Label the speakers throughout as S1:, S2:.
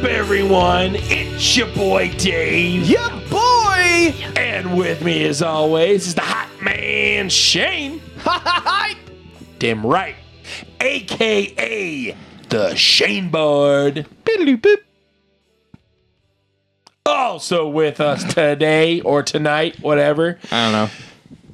S1: everyone. It's your boy Dave.
S2: Yeah, boy!
S1: And with me, as always, is the hot man Shane. Damn right. AKA the Shane Board.
S2: Biddly-boop.
S1: Also with us today or tonight, whatever,
S2: I don't know.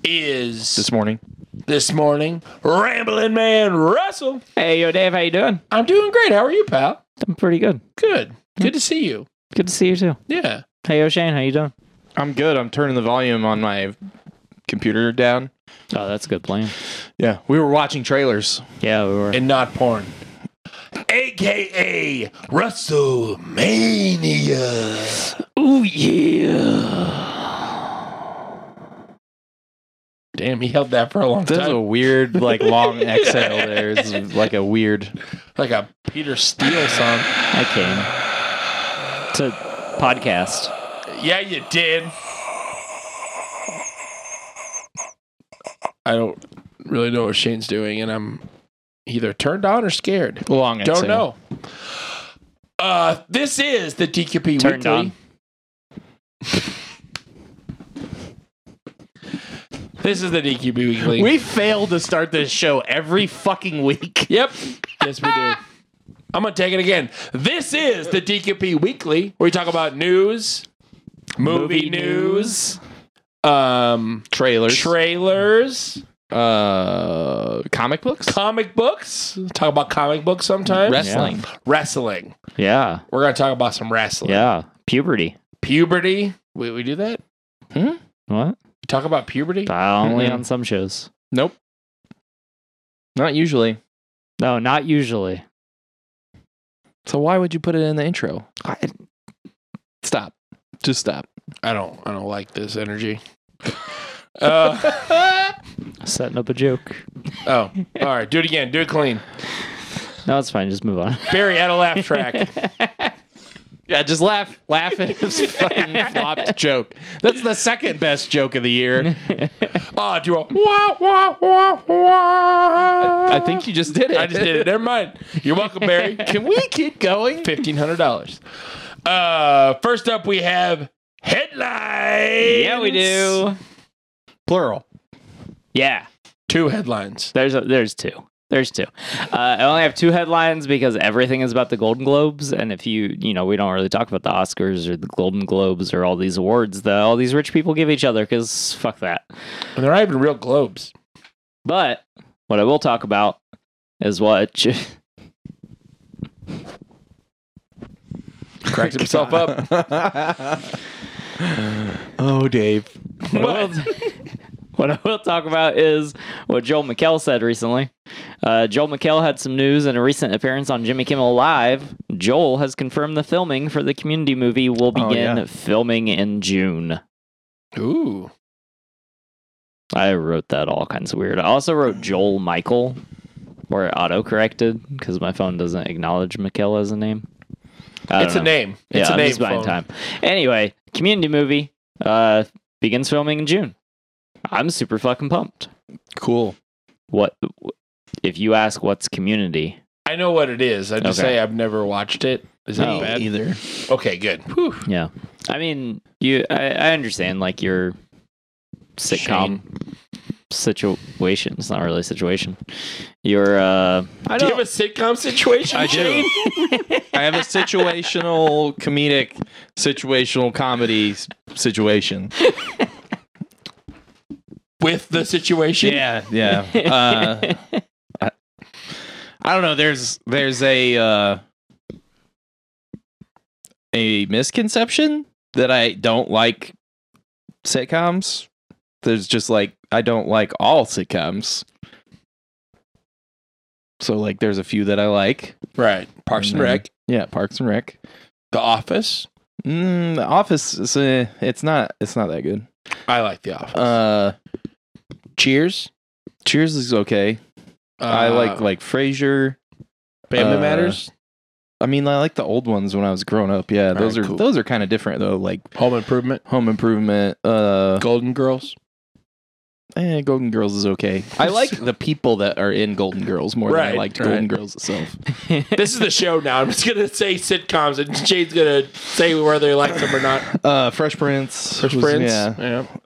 S1: is
S2: This morning.
S1: this morning, Rambling Man Russell.
S3: Hey, yo, Dave, how you doing?
S1: I'm doing great. How are you, pal?
S3: I'm pretty good.
S1: Good. Good to see you.
S3: Good to see you too.
S1: Yeah.
S3: Hey, yo, Shane, how you doing?
S2: I'm good. I'm turning the volume on my computer down.
S3: Oh, that's a good plan.
S2: Yeah, we were watching trailers.
S3: Yeah, we were.
S1: and not porn. AKA WrestleMania.
S3: Oh yeah.
S1: Damn, he held that for a long
S2: That's
S1: time.
S2: a weird, like, long exhale there. It's like a weird.
S1: like a Peter Steele song.
S3: I came to podcast.
S1: Yeah, you did. I don't really know what Shane's doing, and I'm either turned on or scared.
S2: Long exhale.
S1: Don't know. Uh, this is the DQP
S3: Turned
S1: Weekly.
S3: on.
S1: This is the DQP Weekly.
S2: We fail to start this show every fucking week.
S1: Yep. Yes, we do. I'm going to take it again. This is the DQP Weekly, where we talk about news, movie,
S3: Movie
S1: news, um,
S2: Trailers.
S1: trailers,
S2: uh, comic books?
S1: comic books. Talk about comic books sometimes.
S2: Wrestling.
S1: wrestling.
S3: Yeah,
S1: We're going to talk about some wrestling.
S3: yeah. Puberty.
S1: Puberty. We, we do that?
S3: What?
S1: We talk about puberty?
S3: Uh, only
S2: Mhm.
S3: on some shows.
S2: Nope. Not usually.
S3: No, not usually.
S2: So why would you put it in the intro? Stop. Just stop.
S1: I don't I don't like this energy. Uh,
S3: Setting up a joke.
S1: oh, all right. Do it again. Do it clean.
S3: No, it's fine. Just move on.
S1: Barry, add a laugh track.
S2: Yeah, just laugh, laugh at his fucking flopped joke. That's the second best joke of the year.
S1: Oh, do a wah, wah, wah, wah.
S2: I think you just did it.
S1: I just did it. Never mind. You're welcome, Barry.
S2: Can we keep going?
S1: Fifteen hundred dollars. Uh, first up, we have headlines.
S3: yeah, we do.
S2: Plural.
S3: Yeah.
S1: Two headlines.
S3: There's a, there's two. There's two. Uh, I only have two headlines because everything is about the Golden Globes, and if you you know we don't really talk about the Oscars or the Golden Globes or all these awards that all these rich people give each other because fuck that.
S1: And they're not even real globes.
S3: But what I will talk about is what J-
S1: Cracks himself up.
S2: oh, Dave.
S3: what, I will, what I will talk about is what Joel McHale said recently. Uh, Joel McHale had some news in a recent appearance on Jimmy Kimmel Live. Joel has confirmed the filming for the Community movie will
S2: Oh,
S3: begin
S2: yeah.
S3: filming in June.
S1: Ooh.
S3: I wrote that all kinds of weird. I also wrote Joel Michael, where it auto corrected because my phone doesn't acknowledge Mikkel as a name. I
S1: It's a
S3: don't know.
S1: name. It's
S3: yeah,
S1: a
S3: I'm
S1: name.
S3: just buying
S1: phone.
S3: time. Anyway, community movie uh, begins filming in June. I'm super fucking pumped.
S2: Cool.
S3: What if you ask what's community?
S1: I know what it is. I just
S3: Okay.
S1: say I've never watched it. Is that
S3: No.
S1: bad?
S2: Either.
S1: Okay, good. Whew.
S3: Yeah, I mean you. I, I understand like your sitcom situation. It's not really a situation. Your uh, I
S1: Do you have a sitcom situation?
S2: I do. I have a situational comedic, situational comedy s- situation.
S1: With the situation?
S2: Yeah, yeah. Uh, I, I don't know. There's there's a uh, a misconception that I don't like sitcoms. There's just like I don't like all sitcoms. So like, there's a few that I like.
S1: Right. Parks
S3: Mm-hmm.
S1: and Rec.
S2: Yeah, Parks and Rec.
S1: The Office.
S2: Mm, the Office is uh, it's not it's not that good.
S1: I like The Office.
S2: Uh,
S1: Cheers.
S2: Cheers is okay. I
S1: Uh,
S2: like like Frasier.
S1: Family
S2: uh,
S1: Matters.
S2: I mean, I like the old ones when I was growing up. Yeah, those
S1: right,
S2: are
S1: cool.
S2: those are kind of different though. Like
S1: Home Improvement.
S2: Home Improvement. Uh,
S1: Golden Girls.
S2: eh, Golden Girls is okay. I like the people that are in Golden Girls more than
S1: Right,
S2: I liked
S1: right.
S2: Golden Girls itself.
S1: This is the show now. I'm just gonna say sitcoms, and Shane's gonna say whether he likes them or not.
S2: Uh, Fresh Prince.
S1: Fresh
S2: was-
S1: Prince.
S2: Yeah.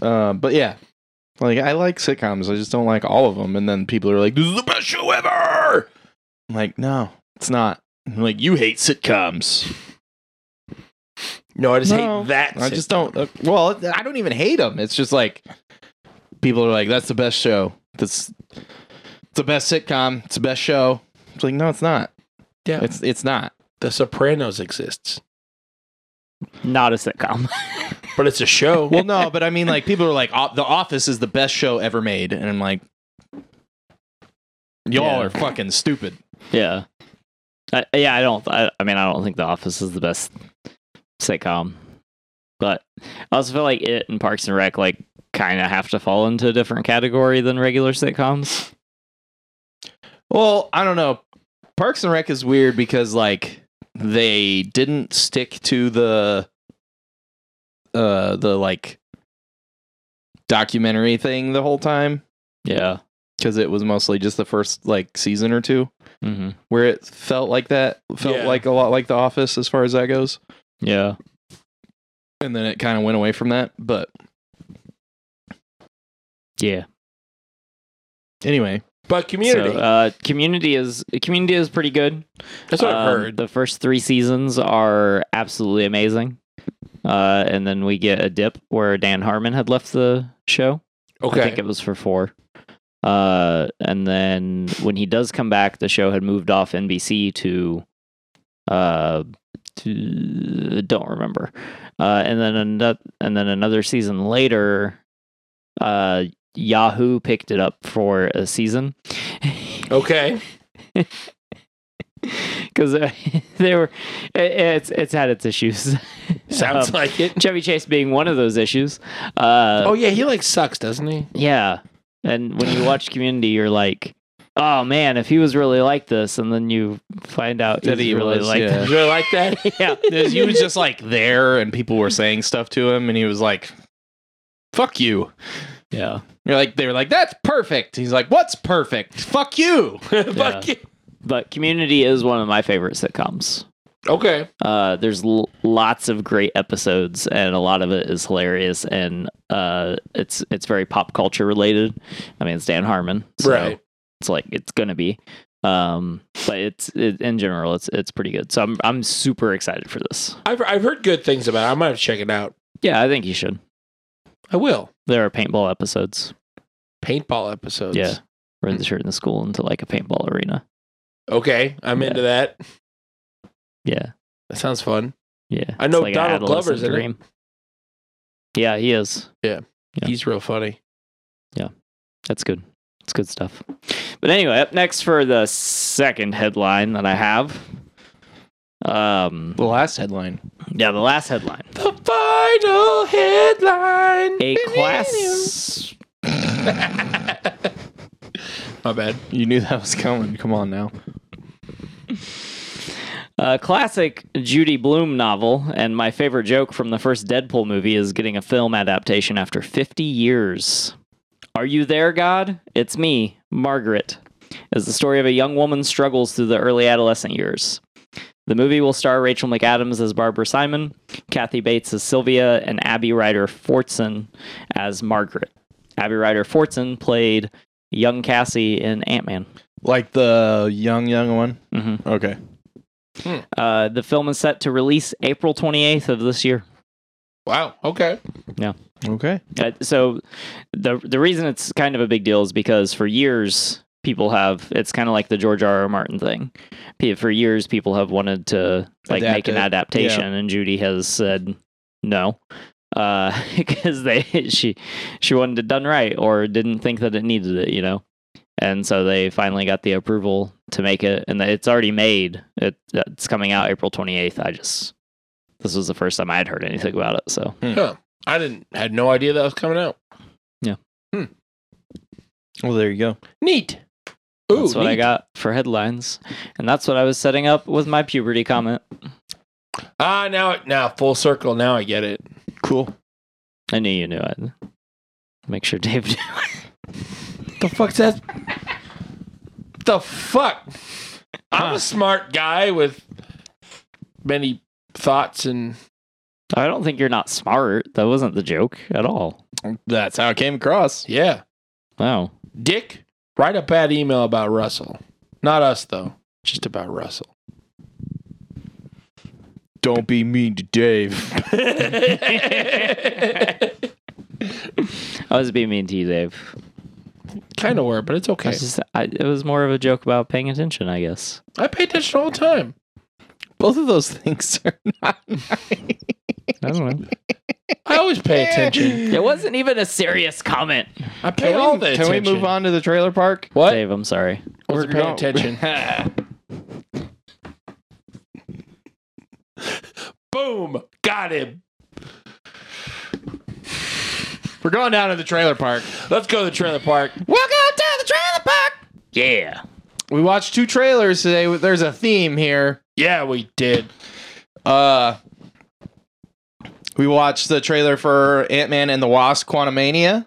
S1: yeah.
S2: Uh, but yeah, like I like sitcoms. I just don't like all of them. And then people are like, "This is the best show ever." I'm like, no, it's not. I'm like you hate sitcoms.
S1: No, I just
S2: No.
S1: hate that.
S2: I just don't. Uh, well, I don't even hate them. It's just like people are like, "That's the best show. That's it's the best sitcom. It's the best show." It's like, no, it's not.
S1: Yeah.
S2: It's it's not.
S1: The Sopranos exists,
S3: Not a sitcom.
S1: but it's a show.
S2: Well, no, but I mean, like people are like, "Oh, "The Office is the best show ever made," and I'm like, y'all
S3: Yeah.
S2: are fucking stupid.
S3: yeah. I, yeah, I don't. I, I mean, I don't think The Office is the best sitcom, but I also feel like it and Parks and Rec like kind of have to fall into a different category than regular sitcoms.
S2: Well, I don't know. Parks and Rec is weird because like they didn't stick to the uh the like documentary thing the whole time
S3: Yeah.
S2: because it was mostly just the first like season or two
S3: Mm-hmm.
S2: where it felt like that felt
S1: Yeah.
S2: like a lot like The Office as far as that goes,
S3: Yeah.
S2: and then it kind of went away from that. But
S3: Yeah.
S2: anyway,
S1: but Community.
S3: So, uh, community is community is pretty good.
S1: that's what
S3: Um,
S1: I've heard.
S3: The first three seasons are absolutely amazing. Uh, and then we get a dip where Dan Harmon had left the show. I
S1: Okay.
S3: think it was for four. Uh, and then when he does come back, the show had moved off NBC to, uh, to don't remember. Uh, and then another, and then another season later, uh, Yahoo picked it up for a season
S1: Okay.
S3: because uh, they were it, it's it's had its issues.
S1: Sounds
S3: Um,
S1: like it.
S3: Chevy Chase being one of those issues. Uh,
S1: Oh yeah, he like sucks, doesn't he?
S3: Yeah. And when you watch Community, you're like, oh man, if he was really like this, and then you find out
S2: That
S3: he's
S2: he
S3: really
S2: was,
S3: like
S2: yeah.
S1: You really like that?
S3: that. yeah.
S2: he was just like there, and people were saying stuff to him, and he was like, "Fuck you."
S3: Yeah.
S2: You're like they were like that's perfect. He's like what's perfect? Fuck you.
S1: Fuck you.
S3: But Community is one of my favorite sitcoms.
S1: Okay.
S3: Uh, there's l- lots of great episodes, and a lot of it is hilarious, and uh, it's it's very pop culture related. I mean, it's Dan Harmon, so
S1: Right.
S3: it's like it's gonna be. Um, but it's it, in general, it's it's pretty good. So I'm I'm super excited for this.
S1: I've I've heard good things about. it. I might have to check it out.
S3: Yeah, I think you should.
S1: I will.
S3: There are paintball episodes.
S1: Paintball episodes.
S3: Yeah.
S1: Mm.
S3: Wear the shirt in the school into like a paintball arena.
S1: Okay, I'm
S3: Yeah.
S1: into that.
S3: Yeah.
S1: That sounds fun.
S3: Yeah.
S1: I know
S3: It's like an
S1: Donald Glover's
S3: adolescent
S1: in it.
S3: Yeah, he is. Yeah.
S1: He's real funny.
S3: That's good. It's good stuff. But anyway, up next for the second headline that I have. Um
S2: The last headline.
S3: yeah, the last headline.
S1: The final headline.
S3: A class
S1: My bad.
S2: You knew that was coming. Come on now.
S3: A classic Judy Blume novel, and my favorite joke from the first Deadpool movie is getting a film adaptation after 50 years. Are you there, God? It's me, Margaret, is the story of a young woman struggles through the early adolescent years. The movie will star Rachel McAdams as Barbara Simon, Kathy Bates as Sylvia, and Abby Ryder Fortson as Margaret. Abby Ryder Fortson played young Cassie in Ant Man.
S2: Like the young young one.
S3: hmm
S2: Okay.
S3: Uh, the film is set to release April 28th of this year.
S1: Wow. Okay.
S2: Okay.
S3: Uh, so the the reason it's kind of a big deal is because for years people have it's kind of like the George R. R. Martin thing. Pe- For years people have wanted to like
S2: Adapt
S3: make an
S2: it.
S3: adaptation, and Judy has said no because they she she wanted it done right or didn't think that it needed it, you know. And so they finally got the approval to make it, and it's already made. It, it's coming out April twenty eighth. I just this was the first time I had heard anything about it, so.
S1: Huh. I didn't had no idea that was coming out.
S2: Well, there you go.
S1: Neat. Ooh,
S3: that's what I
S1: neat.
S3: got for headlines, and that's what I was setting up with my puberty comment.
S1: Ah, now it now full circle. Now I get it.
S2: Cool.
S3: I knew you knew it. Make sure Dave knew.
S2: The fuck's that?
S1: The fuck? I'm a smart guy with many thoughts and
S3: I don't think you're not smart. That wasn't the joke at all.
S2: That's how it came across.
S1: yeah.
S3: Wow.
S1: Dick, write a bad email about Russell. Not us though. Just about Russell.
S2: Don't be mean to Dave.
S3: I was being mean to you, Dave.
S1: kind of were, but it's
S3: I
S1: okay.
S3: was just, I, it was more of a joke about paying attention, I guess.
S1: I pay attention all the time.
S2: Both of those things are not nice.
S3: I don't know.
S1: I always pay attention.
S3: it wasn't even a serious comment.
S1: I pay all the
S2: can
S1: attention.
S2: we move on to the trailer park?
S1: What?
S3: Dave, I'm sorry.
S1: Wasn't
S2: We're
S1: paying
S2: go-
S1: attention. Boom! Got him.
S2: We're going down to the trailer park.
S1: Let's go to the trailer park.
S2: Welcome to the trailer park.
S3: Yeah.
S2: We watched two trailers today. There's a theme here.
S1: Yeah, we did.
S2: Uh, we watched the trailer for Ant Man and the Wasp: Quantumania.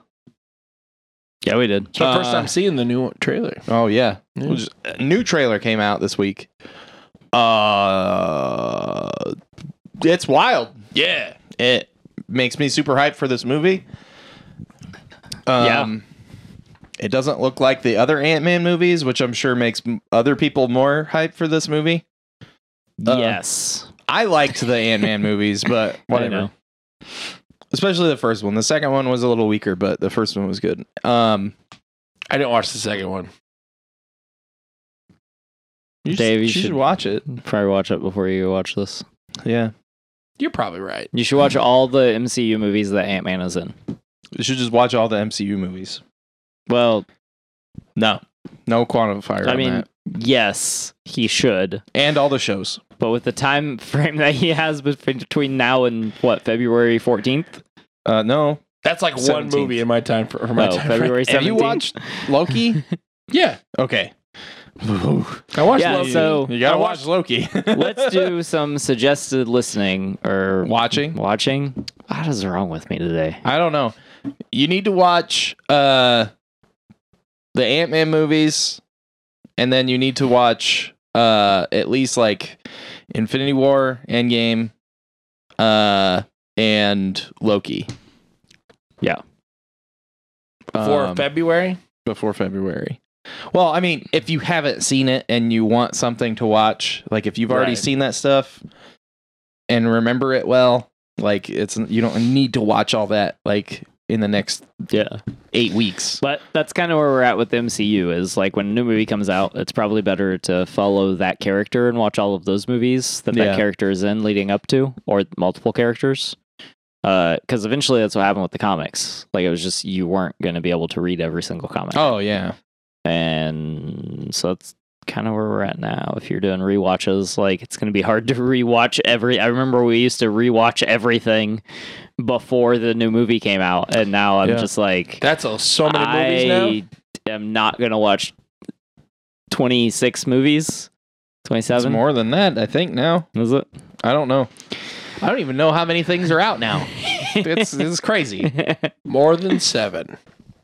S3: Yeah, we did.
S1: It's my first
S2: Uh,
S1: time seeing the new trailer.
S2: Oh yeah,
S1: Yeah.
S2: Which- a new trailer came out this week. Uh, it's wild.
S1: Yeah.
S2: It makes me super hyped for this movie. Um, It doesn't look like the other Ant Man movies, which I'm sure makes m- other people more hyped for this movie. Uh,
S3: yes.
S2: I liked the Ant Man movies, but
S3: I
S2: whatever.
S3: know.
S2: Especially the first one. The second one was a little weaker, but the first one was good. Um,
S1: I didn't watch the second one.
S2: you should-
S3: Dave, you
S2: you
S3: should-
S2: should watch it.
S3: Probably watch it before you watch this.
S2: Yeah,
S1: You're probably right.
S3: You should watch all the MCU movies that Ant Man is in.
S2: you should just watch all the MCU movies.
S3: Well,
S2: No, no quantifier.
S3: I
S2: on
S3: mean,
S2: that.
S3: yes, he should.
S2: and all the shows.
S3: But with the time frame that he has between between now and what February 14th,
S2: Uh, no,
S1: That's like one
S2: 17th.
S1: movie in my time for, for my
S3: Oh,
S1: time.
S3: February 17th.
S2: have you watched Loki?
S1: Yeah,
S2: okay,
S1: I watched.
S3: Yeah,
S1: Loki.
S3: so-
S2: you gotta
S1: I
S2: watch
S1: watched-
S2: Loki.
S3: Let's do some suggested listening or
S2: watching.
S3: watching. What is wrong with me today?
S2: I don't know. You need to watch uh the Ant Man movies, and then you need to watch uh at least like Infinity War, Endgame, uh, and Loki
S1: for
S2: um,
S1: February.
S2: before February. Well, I mean, if you haven't seen it and you want something to watch, like if you've already
S1: Right.
S2: seen that stuff and remember it well, like it's you don't need to watch all that like in the next
S3: Yeah.
S2: eight weeks.
S3: But that's kind of where we're at with the MCU is like when a new movie comes out, it's probably better to follow that character and watch all of those movies that
S2: Yeah.
S3: that character is in leading up to or multiple characters. Because eventually that's what happened with the comics. Like it was just you weren't going to be able to read every single comic.
S2: Oh yeah.
S3: And so that's kind of where we're at now. If you're doing rewatches, like it's going to be hard to rewatch every. I remember we used to rewatch everything before the new movie came out, and now I'm
S2: Yeah.
S3: just like,
S1: That's a, so many movies now.
S3: I am not going to watch 26 movies. 27
S2: It's more than that, I think. Now
S3: is it?
S2: I don't know. I don't even know how many things are out now. It's it's crazy.
S1: More than seven.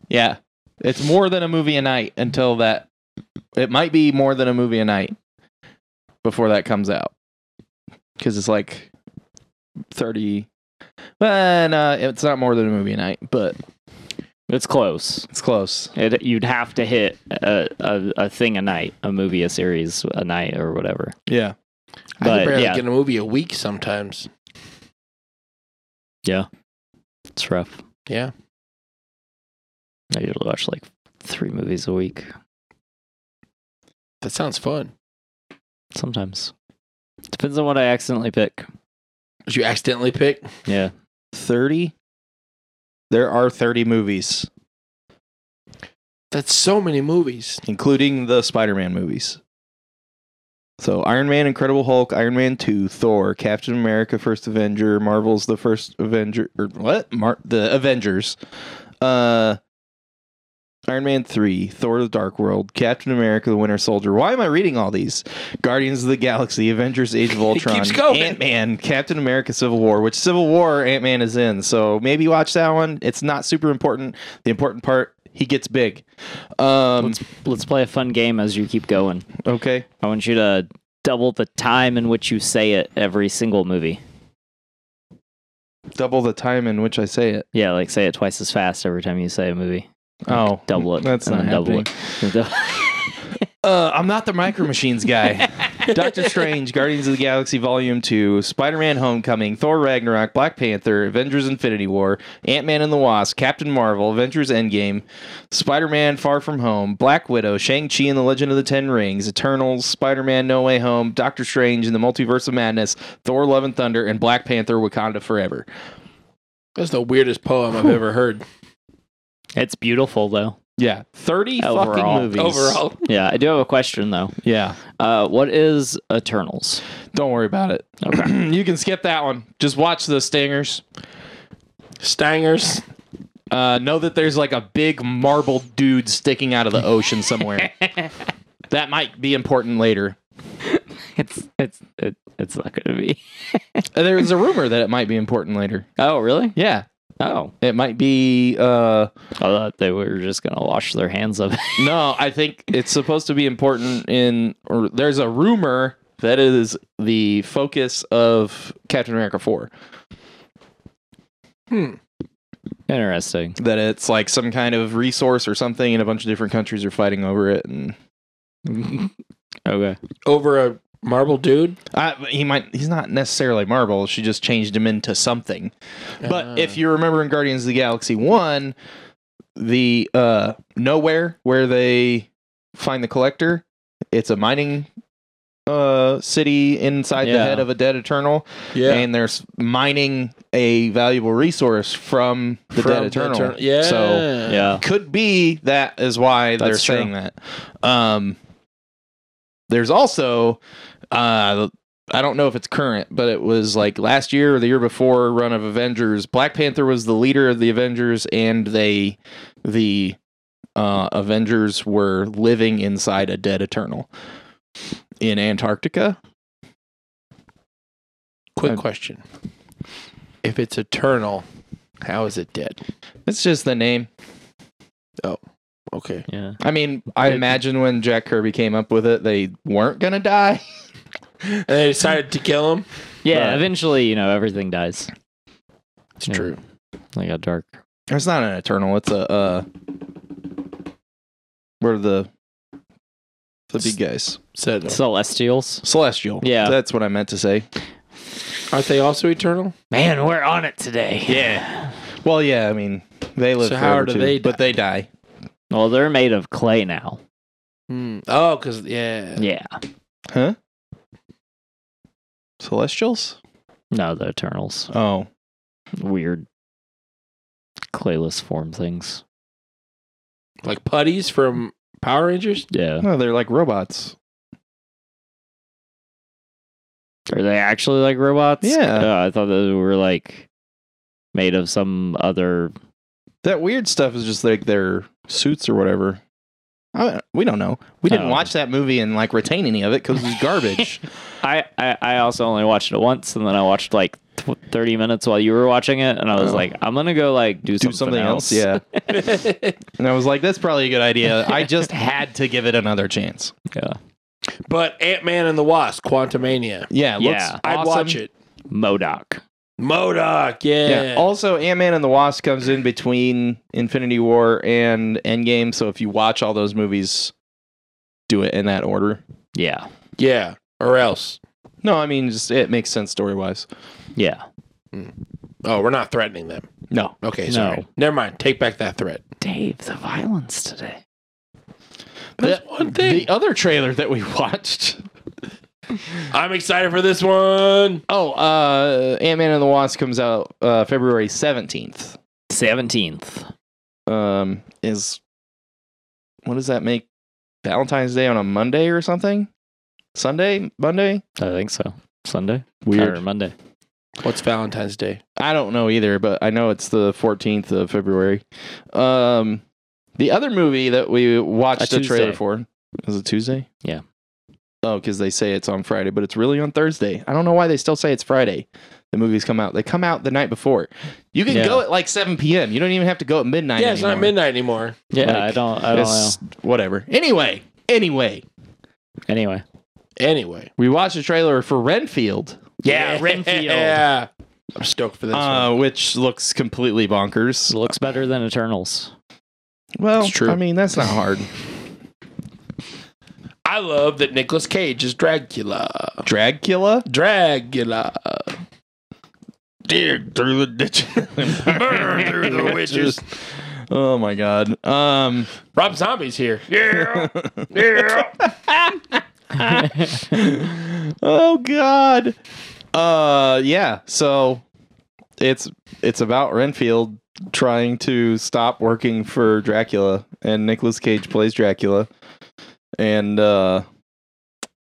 S2: Yeah, it's more than a movie a night until that. It might be more than a movie a night before that comes out because it's like thirty. Well, no, it's not more than a movie a night, but
S3: it's close.
S2: it's close.
S3: It, you'd have to hit a, a, a thing a night, a movie, a series a night, or whatever.
S2: Yeah,
S1: I can
S3: But,
S1: barely
S3: yeah.
S1: get a movie a week sometimes.
S3: It's rough.
S1: Yeah.
S3: I usually watch like three movies a week
S1: That sounds fun.
S3: sometimes. Depends on what I accidentally pick.
S1: Did you accidentally pick?
S3: Yeah.
S2: thirty. There are thirty movies,
S1: That's so many movies.
S2: including the Spider-Man movies. So Iron Man, Incredible Hulk, Iron Man Two, Thor, Captain America, First Avenger, Marvel's the First Avenger, or what? Mar- the Avengers, uh, Iron Man Three, Thor: The Dark World, Captain America: The Winter Soldier. Why am I reading all these? Guardians of the Galaxy, Avengers: Age of Ultron,
S1: keeps going.
S2: Ant Man, Captain America: Civil War. Which Civil War Ant Man is in? So maybe watch that one. It's not super important. The important part He gets big. Um,
S3: Let's let's play a fun game as you keep going.
S2: okay.
S3: I want you to double the time in which you say it every single movie.
S2: Double the time in which I say it.
S3: Yeah, like say it twice as fast every time you say a movie.
S2: Oh,
S3: Double it.
S2: That's
S3: and
S2: not
S3: then double
S2: happening.
S3: it. And dou-
S2: Uh, I'm not the Micro Machines guy. Doctor Strange, Guardians of the Galaxy Volume 2, Spider Man Homecoming, Thor Ragnarok, Black Panther, Avengers Infinity War, Ant Man and the Wasp, Captain Marvel, Avengers Endgame, Spider Man Far From Home, Black Widow, Shang-Chi and the Legend of the Ten Rings, Eternals, Spider Man No Way Home, Doctor Strange and the Multiverse of Madness, Thor Love and Thunder, and Black Panther Wakanda Forever.
S1: That's the weirdest poem I've ever heard.
S3: it's beautiful though.
S2: Yeah. 30
S3: Overall.
S2: fucking movies.
S1: Overall,
S3: Yeah, I do have a question though.
S2: Yeah.
S3: Uh, what is Eternals?
S2: Don't worry about it.
S3: Okay.
S2: you can skip that one. Just watch the stingers.
S1: Stangers.
S2: Uh, know that there's like a big marble dude sticking out of the ocean somewhere. that might be important later.
S3: It's it's it, it's not going to be.
S2: Uh, There is a rumor that it might be important later.
S3: Oh really?
S2: Yeah,
S3: Oh,
S2: it might be. Uh,
S3: I thought they were just going to wash their hands of it.
S2: no, I think it's supposed to be important in. Or there's a rumor that it is the focus of Captain America Four.
S3: Interesting.
S2: That it's like some kind of resource or something, and a bunch of different countries are fighting over it. And
S3: Okay.
S1: Over a marble dude.
S2: I, he might. He's not necessarily marble. She just changed him into something. But
S1: Ah.
S2: if you remember in Guardians of the Galaxy 1, the uh nowhere where they find the collector, it's a mining uh city inside the
S3: Yeah.
S2: head of a dead eternal
S1: yeah,
S2: and there's mining a valuable resource from the
S1: From
S2: dead eternal.
S1: Eternal- Yeah.
S2: So
S3: Yeah.
S2: could be that is why they're
S3: That's true.
S2: saying that. Um, there's also, uh, I don't know if it's current, but it was like last year or the year before run of Avengers. Black Panther was the leader of the Avengers, and they, the uh, Avengers were living inside a dead Eternal in Antarctica.
S1: Quick question: If it's eternal, how is it dead?
S2: It's just the name.
S1: Okay.
S3: Yeah.
S2: I mean, I
S3: It-
S2: imagine when Jack Kirby came up with it, they weren't gonna die.
S1: And they decided to kill him.
S3: Yeah.
S2: But-
S3: eventually, you know, everything dies.
S1: It's
S3: Yeah.
S1: true.
S3: Like a dark.
S2: It's not an eternal. It's a uh, what are the the big guys?
S1: Said,
S3: Celestials.
S2: Celestial.
S3: Yeah.
S2: that's what I meant to say.
S1: aren't they also eternal?
S3: Man, we're on it today.
S2: Yeah. Well, yeah. I mean, they live.
S1: So how
S2: forever
S1: do
S2: too,
S1: they
S2: But they die.
S3: Well, they're made of clay now.
S1: Hmm. Oh, because yeah.
S3: Yeah.
S2: Huh? Celestials?
S3: No, the Eternals.
S2: Oh,
S3: Weird clayless form things.
S1: like putties from Power Rangers.
S3: Yeah.
S2: no, they're like robots.
S3: Are they actually like robots?
S2: Yeah.
S3: Uh, I thought they were like made of some other.
S2: That weird stuff is just like their suits or whatever. I, we don't know. We didn't
S3: Oh.
S2: watch that movie and like retain any of it because it's garbage.
S3: I, I I also only watched it once, and then I watched like tw- thirty minutes while you were watching it, and I was
S2: Oh.
S3: like, I'm gonna go like do,
S2: do something else. Yeah. and I was like, that's probably a good idea. I just had to give it another chance.
S3: Yeah.
S1: But Ant Man and the Wasp, Quantumania.
S2: Yeah. it
S3: Yeah.
S1: I'd
S2: awesome.
S1: watch it.
S3: Modoc.
S1: Modoc, yeah.
S2: Yeah. Also, Ant Man and the Wasp comes in between Infinity War and Endgame. So if you watch all those movies, do it in that order.
S3: Yeah.
S1: yeah. Or else.
S2: No, I mean, just it makes sense story wise.
S3: Yeah.
S1: Oh, we're not threatening them.
S2: No.
S1: Okay,
S3: No.
S1: sorry. Never mind. Take back that threat.
S3: Dave, the violence today.
S1: There's
S2: The-
S1: one thing.
S2: The other trailer that we watched.
S1: I'm excited for this one.
S2: Oh, uh, Ant Man and the Wasp comes out uh, February 17th.
S3: Seventeenth.
S2: Um, is what does that make? Valentine's Day on a Monday or something? Sunday? Monday?
S3: I think so. Sunday or
S2: Weird.
S3: Monday.
S1: What's Valentine's Day?
S2: I don't know either, but I know it's the 14th of February. Um, the other movie that we watched
S3: A
S2: the trailer
S3: Tuesday.
S2: for is it Tuesday?
S3: Yeah.
S2: Oh, because they say it's on Friday, but it's really on Thursday. I don't know why they still say it's Friday. The movies come out. They come out the night before. You can
S3: Yeah.
S2: go at like 7 p.m. You don't even have to go at midnight.
S1: Yeah, it's not
S2: anymore.
S1: midnight anymore.
S3: Yeah,
S2: Like,
S3: I don't. I don't know.
S2: It's- Whatever. Anyway, anyway,
S3: Anyway,
S1: Anyway.
S2: we watched a trailer for Renfield,
S3: Yeah, Renfield.
S1: Yeah. I'm stoked for this one.
S2: uh, which looks completely bonkers.
S3: it looks better than Eternals.
S2: Well,
S1: It's true.
S2: I mean, that's not hard.
S1: I love that Nicolas Cage is Dracula.
S2: Dragula?
S1: Dracula. Dig through the ditch. Burn through the witches.
S2: Oh my god. Um
S1: Rob Zombie's here. Yeah. Yeah.
S2: Oh god. Uh yeah, so it's it's about Renfield trying to stop working for Dracula and Nicolas Cage plays Dracula and uh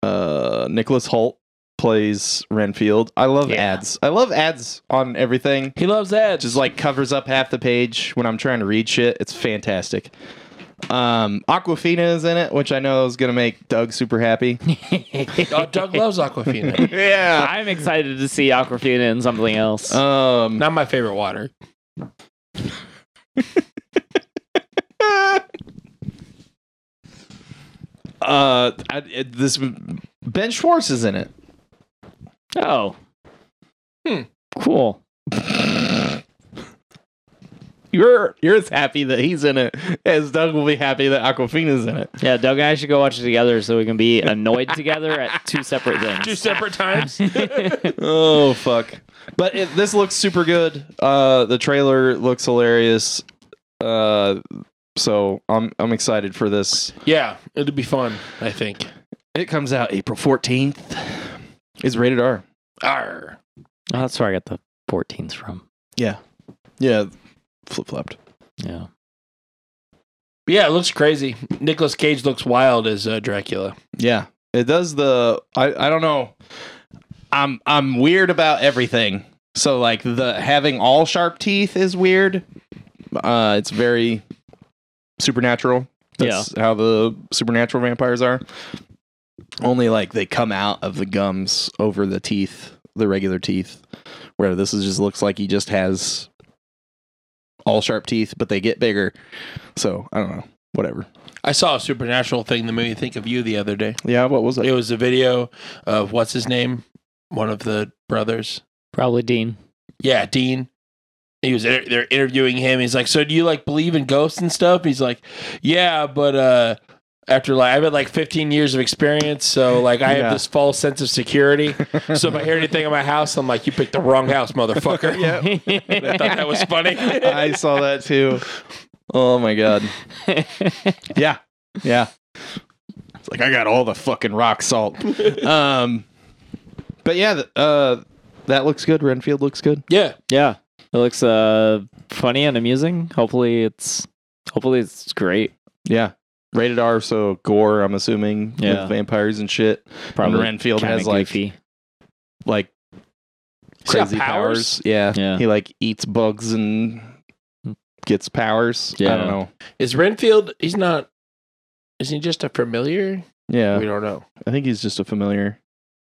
S2: uh Nicholas Holt plays Renfield. I love
S3: Yeah.
S2: ads. I love ads on everything.
S1: He loves that.
S2: just like covers up half the page when I'm trying to read shit. It's fantastic. Um, Aquafina is in it, which I know is gonna make Doug super happy.
S1: oh, Doug loves Aquafina.
S2: yeah.
S3: I'm excited to see Aquafina in something else.
S1: Uh,
S2: Um,
S1: Not my favorite water.
S2: uh, I, it- this Ben Schwartz is in it.
S3: oh,
S1: Hmm.
S3: cool.
S2: You're you're as happy that he's in it as Doug will be happy that Aquafina's in it.
S3: Yeah, Doug and I should go watch it together so we can be annoyed together at two separate
S1: Two
S3: things.
S1: separate times.
S2: Oh fuck! But it, this looks super good. Uh, the trailer looks hilarious. Uh, so I'm I'm excited for this.
S1: yeah, it'll be fun, I think.
S2: It comes out April 14th. It's rated R.
S1: Arr.
S3: Oh, that's where I got the 14s from.
S2: Yeah, flip flopped.
S3: Yeah.
S1: Yeah, it looks crazy. Nicolas Cage looks wild as uh, Dracula.
S2: Yeah, it does the. I I don't know. I'm I'm weird about everything. So like the having all sharp teeth is weird. Uh, it's very supernatural. That's how the supernatural vampires are. Only like they come out of the gums over the teeth, the regular teeth. Where this is just looks like he just has all sharp teeth, but they get bigger. So I don't know. Whatever.
S1: I saw a supernatural thing that made me think of you the other day.
S2: Yeah. What was
S1: It was a video of what's his name, one of the brothers.
S3: Probably Dean.
S1: Yeah, Dean. He was inter- they're interviewing him. He's like, "So do you like believe in ghosts and stuff?" He's like, "Yeah, but uh after like I've had like 15 years of experience, so like I
S2: Yeah.
S1: have this false sense of security. so if I hear anything in my house, I'm like, you picked the wrong house, motherfucker."
S2: Yeah.
S1: I thought that was funny.
S2: I saw that too. Oh my god. Yeah. Yeah. It's like I got all the fucking rock salt. Um but yeah, th- uh that looks good. Renfield looks good.
S1: yeah,
S3: yeah. It looks uh funny and amusing. Hopefully it's hopefully it's great.
S2: Yeah. Rated R, so gore, I'm assuming,
S3: Yeah.
S2: with vampires and shit.
S3: Probably
S2: Renfield
S3: kinda
S2: has, like-
S3: goofy.
S2: Like
S1: He's got
S2: crazy
S1: powers?
S2: powers. Yeah.
S3: Yeah.
S2: He like eats bugs and gets powers. I
S3: Yeah.
S2: don't know.
S1: is Renfield? He's not. Is he just a familiar?
S2: Yeah.
S1: we don't know,
S2: I think he's just a familiar.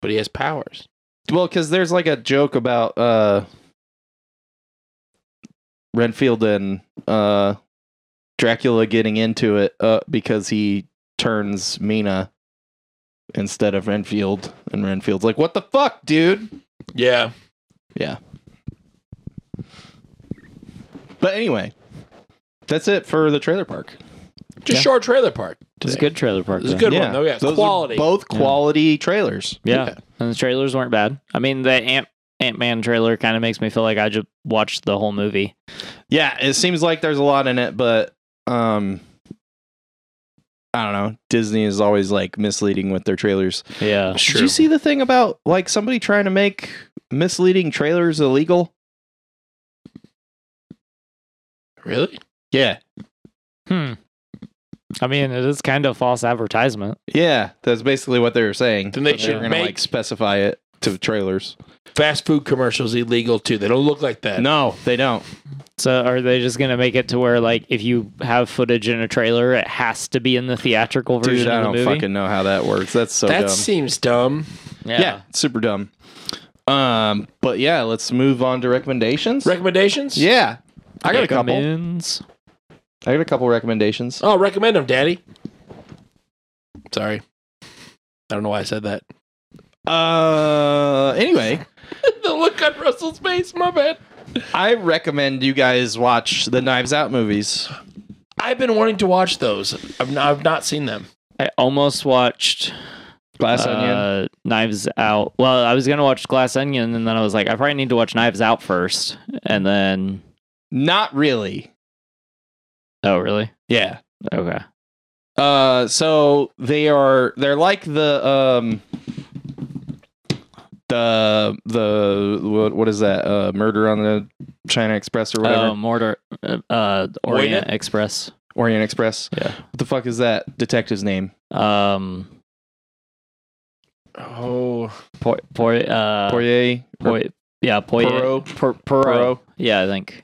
S1: but he has powers.
S2: Well, because there's like a joke about uh Renfield and uh Dracula getting into it uh, because he turns Mina instead of Renfield, and Renfield's like, "What the fuck, dude?"
S1: Yeah,
S2: But anyway, that's it for the trailer park.
S1: just
S3: Yeah.
S1: short trailer park.
S3: It's a
S1: today.
S3: good trailer park.
S1: It's a
S3: though.
S1: good one though. Yeah,
S2: those are
S1: quality.
S2: both quality trailers.
S3: Yeah. And the trailers weren't bad. I mean, the Ant Ant Man trailer kind of makes me feel like I just watched the whole movie.
S2: Yeah, it seems like there's a lot in it, but um I don't know. Disney is always like misleading with their trailers.
S3: Yeah.
S2: Did you see the thing about like somebody trying to make misleading trailers illegal?
S1: Really?
S2: Yeah.
S3: Hmm. I mean, it is kind of false advertisement.
S2: Yeah, that's basically what they were saying.
S1: Then they
S2: But
S1: should
S2: were gonna,
S1: make-
S2: like specify it to trailers.
S1: Fast food commercials illegal too. They don't look like that.
S2: No, they don't.
S3: So are they just gonna make it to where like if you have footage in a trailer, it has to be in the theatrical version
S2: Dude, I
S3: of the
S2: don't
S3: movie?
S2: fucking know how that works. That's so
S1: that
S2: dumb.
S1: seems dumb.
S2: yeah. super dumb. Um, but yeah, let's move on to recommendations.
S1: Recommendations?
S2: yeah, I got a couple.
S3: Recommends.
S2: I got a couple recommendations.
S1: Oh, recommend them, Daddy. Sorry, I don't know why I said that.
S2: Uh, anyway,
S1: the look on Russell's face. My bad.
S2: I recommend you guys watch the Knives Out movies.
S1: I've been wanting to watch those. I've not, I've not seen them.
S3: I almost watched
S2: Glass Onion.
S3: uh, Knives Out. Well, I was gonna watch Glass Onion, and then I was like, I probably need to watch Knives Out first, and then
S2: Not really.
S3: oh really?
S2: Yeah.
S3: Okay.
S2: Uh, so they are they're like the um the the what, what is that uh murder on the China Express or whatever
S3: Oh, Mortar, uh, uh, Orient Express.
S2: Orient Express.
S3: Yeah.
S2: What the fuck is that detective's name?
S3: Um,
S1: Oh,
S3: Poi, Poi, uh,
S2: Poirier. or
S3: Poi, yeah, Poi,
S2: Poirot.
S3: Per, Perot.
S2: Poirot.
S3: Yeah, I think.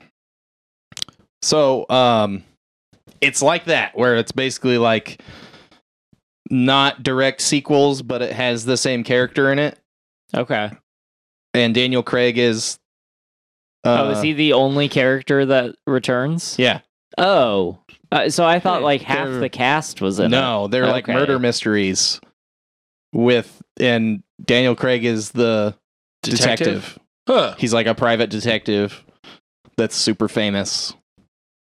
S2: So um, it's like that where it's basically like not direct sequels, but it has the same character in it,
S3: Okay.
S2: and Daniel Craig is. uh,
S3: oh, is he the only character that returns?
S2: Yeah.
S3: Oh, uh, so I thought like half
S2: They're-
S3: the cast was in it.
S2: No, they're like
S3: Okay.
S2: murder mysteries with and Daniel Craig is the detective.
S1: Huh.
S2: He's like a private detective that's super famous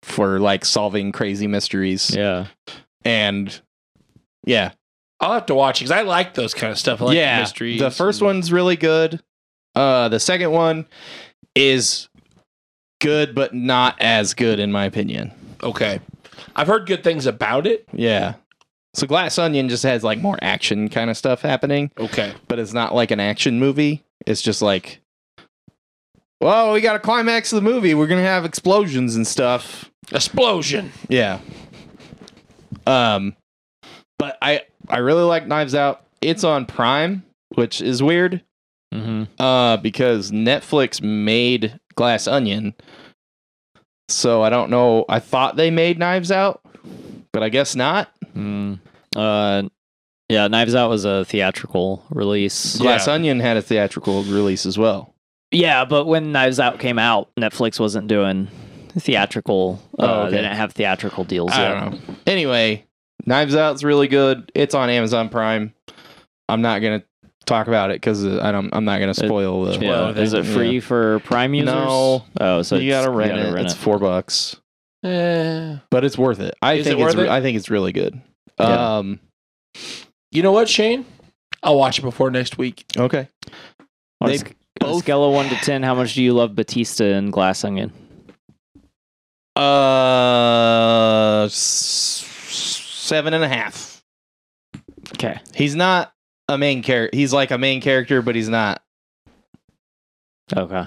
S2: for like solving crazy mysteries
S3: Yeah.
S2: and yeah.
S1: I'll have to watch because I like those kind of stuff. I like
S2: yeah.
S1: mysteries.
S2: The first
S1: and-
S2: one's really good. Uh the second one is good but not as good in my opinion.
S1: Okay, I've heard good things about it.
S2: Yeah. So Glass Onion just has like more action kind of stuff happening.
S1: Okay,
S2: but it's not like an action movie. It's just like, well, we got a climax of the movie. We're gonna have explosions and stuff.
S1: explosion.
S2: Yeah. Um, but I I really like Knives Out. It's on Prime, which is weird,
S3: Mm-hmm.
S2: uh, because Netflix made Glass Onion. So I don't know. I thought they made Knives Out, but I guess not.
S3: Mm. Uh, yeah. Knives Out was a theatrical release.
S2: Glass
S1: Yeah.
S2: Onion had a theatrical release as well.
S3: Yeah, but when Knives Out came out, Netflix wasn't doing theatrical. Uh,
S2: Oh, okay.
S3: They didn't have theatrical deals.
S2: I
S3: yet.
S2: don't know. Anyway, Knives Out's really good. It's on Amazon Prime. I'm not gonna talk about it because I don't. I'm not gonna spoil uh, the.
S3: Yeah.
S1: Well,
S3: Is
S1: they-
S3: it free for Prime users?
S2: No.
S3: Oh, so
S2: you
S3: it's-
S2: gotta rent it. It's four bucks,
S1: Eh.
S2: but it's worth it. I
S1: Is
S2: think
S1: it
S2: it's.
S1: worth
S2: re-
S1: it?
S2: I think it's really good.
S3: Yeah.
S2: Um.
S1: You know what, Shane? I'll watch it before next week.
S2: Okay.
S3: On a
S2: They
S3: sc- on a
S2: both-
S3: scale of one to ten, how much do you love Batista and Glass Onion?
S2: Uh. s- Seven and a half.
S3: Okay.
S2: He's not a main character. He's like a main character, but he's not.
S3: Okay.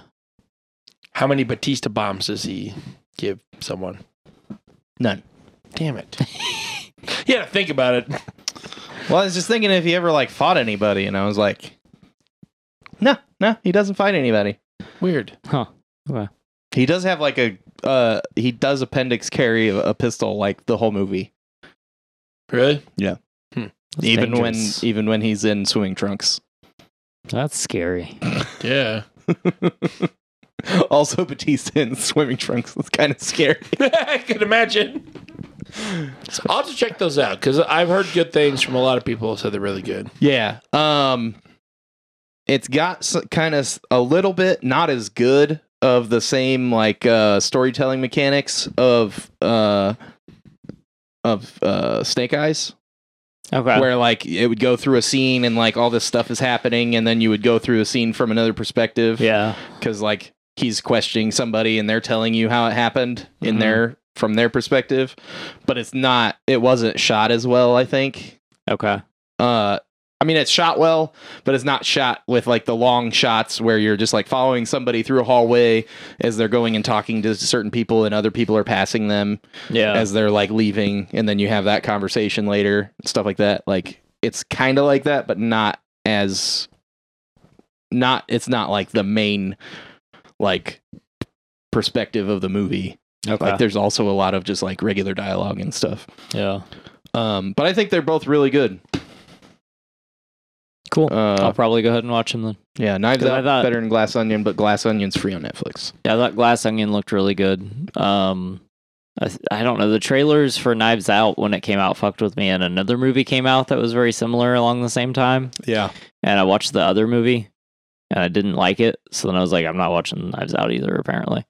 S1: How many Batista bombs does he give someone?
S2: None.
S1: Damn it! you had to think about it.
S2: Well, I was just thinking if he ever like fought anybody, and I was like, no, no, he doesn't fight anybody.
S1: Weird.
S3: Huh.
S2: He does have like a uh, he does appendix carry a, a pistol like the whole movie,
S1: Really?
S3: That's
S2: even
S3: dangerous.
S2: when even when he's in swimming trunks.
S3: that's scary.
S1: Yeah.
S2: also, Batista in swimming trunks is kind of scary.
S1: I can imagine. I'll have to check those out because I've heard good things from a lot of people. who Said they're really good.
S2: Yeah. Um, it's got kind of a little bit not as good of the same like uh storytelling mechanics of uh of uh Snake Eyes.
S3: Okay.
S2: where like it would go through a scene and like all this stuff is happening and then you would go through a scene from another perspective
S3: yeah.
S2: because like he's questioning somebody and they're telling you how it happened in
S3: Mhm.
S2: their from their perspective but it's not it wasn't shot as well i think
S3: Okay.
S2: uh i mean it's shot well but it's not shot with like the long shots where you're just like following somebody through a hallway as they're going and talking to certain people and other people are passing them
S3: Yeah.
S2: as they're like leaving and then you have that conversation later stuff like that like it's kind of like that but not as not it's not like the main like perspective of the movie.
S3: Okay.
S2: Like there's also a lot of just like regular dialogue and stuff.
S3: yeah.
S2: Um, but I think they're both really good.
S3: Cool.
S2: Uh,
S3: I'll probably go ahead and watch them then.
S2: yeah, Knives
S3: 'Cause I
S2: Out
S3: thought-
S2: better than Glass Onion, but Glass Onion's free on Netflix.
S3: Yeah, I thought Glass Onion looked really good. Um, I, th- I don't know. The trailers for Knives Out when it came out fucked with me, and another movie came out that was very similar along the same time.
S2: Yeah,
S3: And I watched the other movie, and I didn't like it. So then I was like, I'm not watching Knives Out either. Apparently,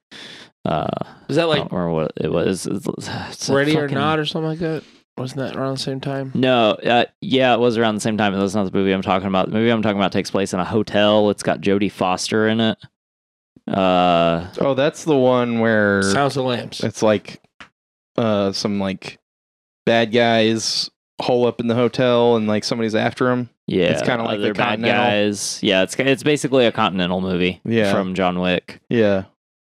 S3: uh,
S1: Is that
S3: I
S1: like
S3: don't remember what it was. It's- it's a
S1: Ready or
S3: fucking-
S1: Not or something like that? Wasn't that around the same time?
S3: No, uh, yeah, it was around the same time. but That's not the movie I'm talking about. The movie I'm talking about takes place in a hotel. It's got Jodie Foster in it. Uh,
S2: Oh, that's the one where
S1: Sounds of Lambs.
S2: it's like uh some like bad guys hole up in the hotel and like somebody's after them.
S3: yeah,
S2: It's kinda like the
S3: other bad
S2: Continental.
S3: guys. Yeah, it's it's basically a Continental movie.
S2: Yeah.
S3: from John Wick.
S2: Yeah,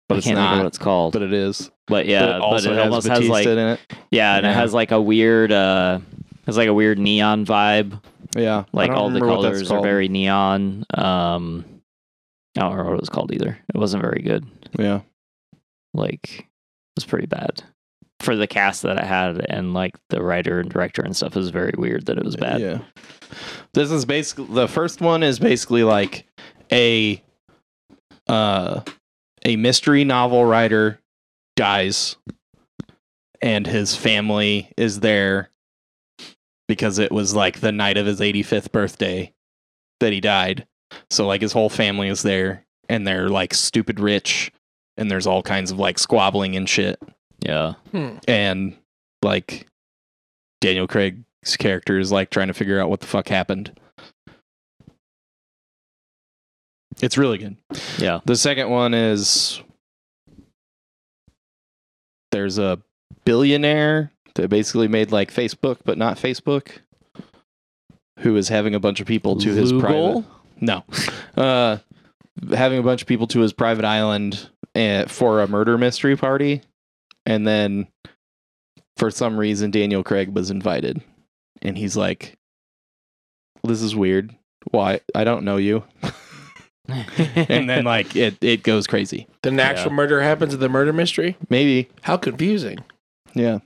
S2: but
S3: I
S2: it's
S3: can't remember what
S2: not.
S3: it's called.
S2: But
S3: But,
S2: it is.
S3: yeah, but it, almost has like
S2: in it.
S3: yeah, and it
S2: Yeah.
S3: has like a weird uh, it's like a weird neon vibe.
S2: Yeah,
S3: Like
S2: I don't
S3: all the
S2: remember what that's
S3: colors are
S2: called.
S3: very neon. Um, I don't remember what it was called either. It wasn't very good.
S2: Yeah,
S3: like it was pretty bad for the cast that it had and like the writer and director and stuff it was very weird that it was bad
S2: Uh, Yeah, this is basically the first one is basically like a uh a mystery novel writer dies, and his family is there because it was like the night of his 85th birthday that he died. So like his whole family is there, and they're like stupid rich, and there's all kinds of like squabbling and shit
S3: yeah
S1: Hmm.
S2: and like Daniel Craig's character is like trying to figure out what the fuck happened. It's really good.
S3: yeah
S2: The second one is there's a billionaire that basically made like Facebook but not Facebook who is having a bunch of people to his private
S3: Lugal?
S2: no. Uh having a bunch of people to his private island eh, for a murder mystery party and then for some reason Daniel Craig was invited and he's like this is weird. Why? I don't know you. And then like it it goes crazy.
S1: Then the actual murder happens in the murder mystery?
S2: Maybe.
S1: How confusing.
S2: Yeah.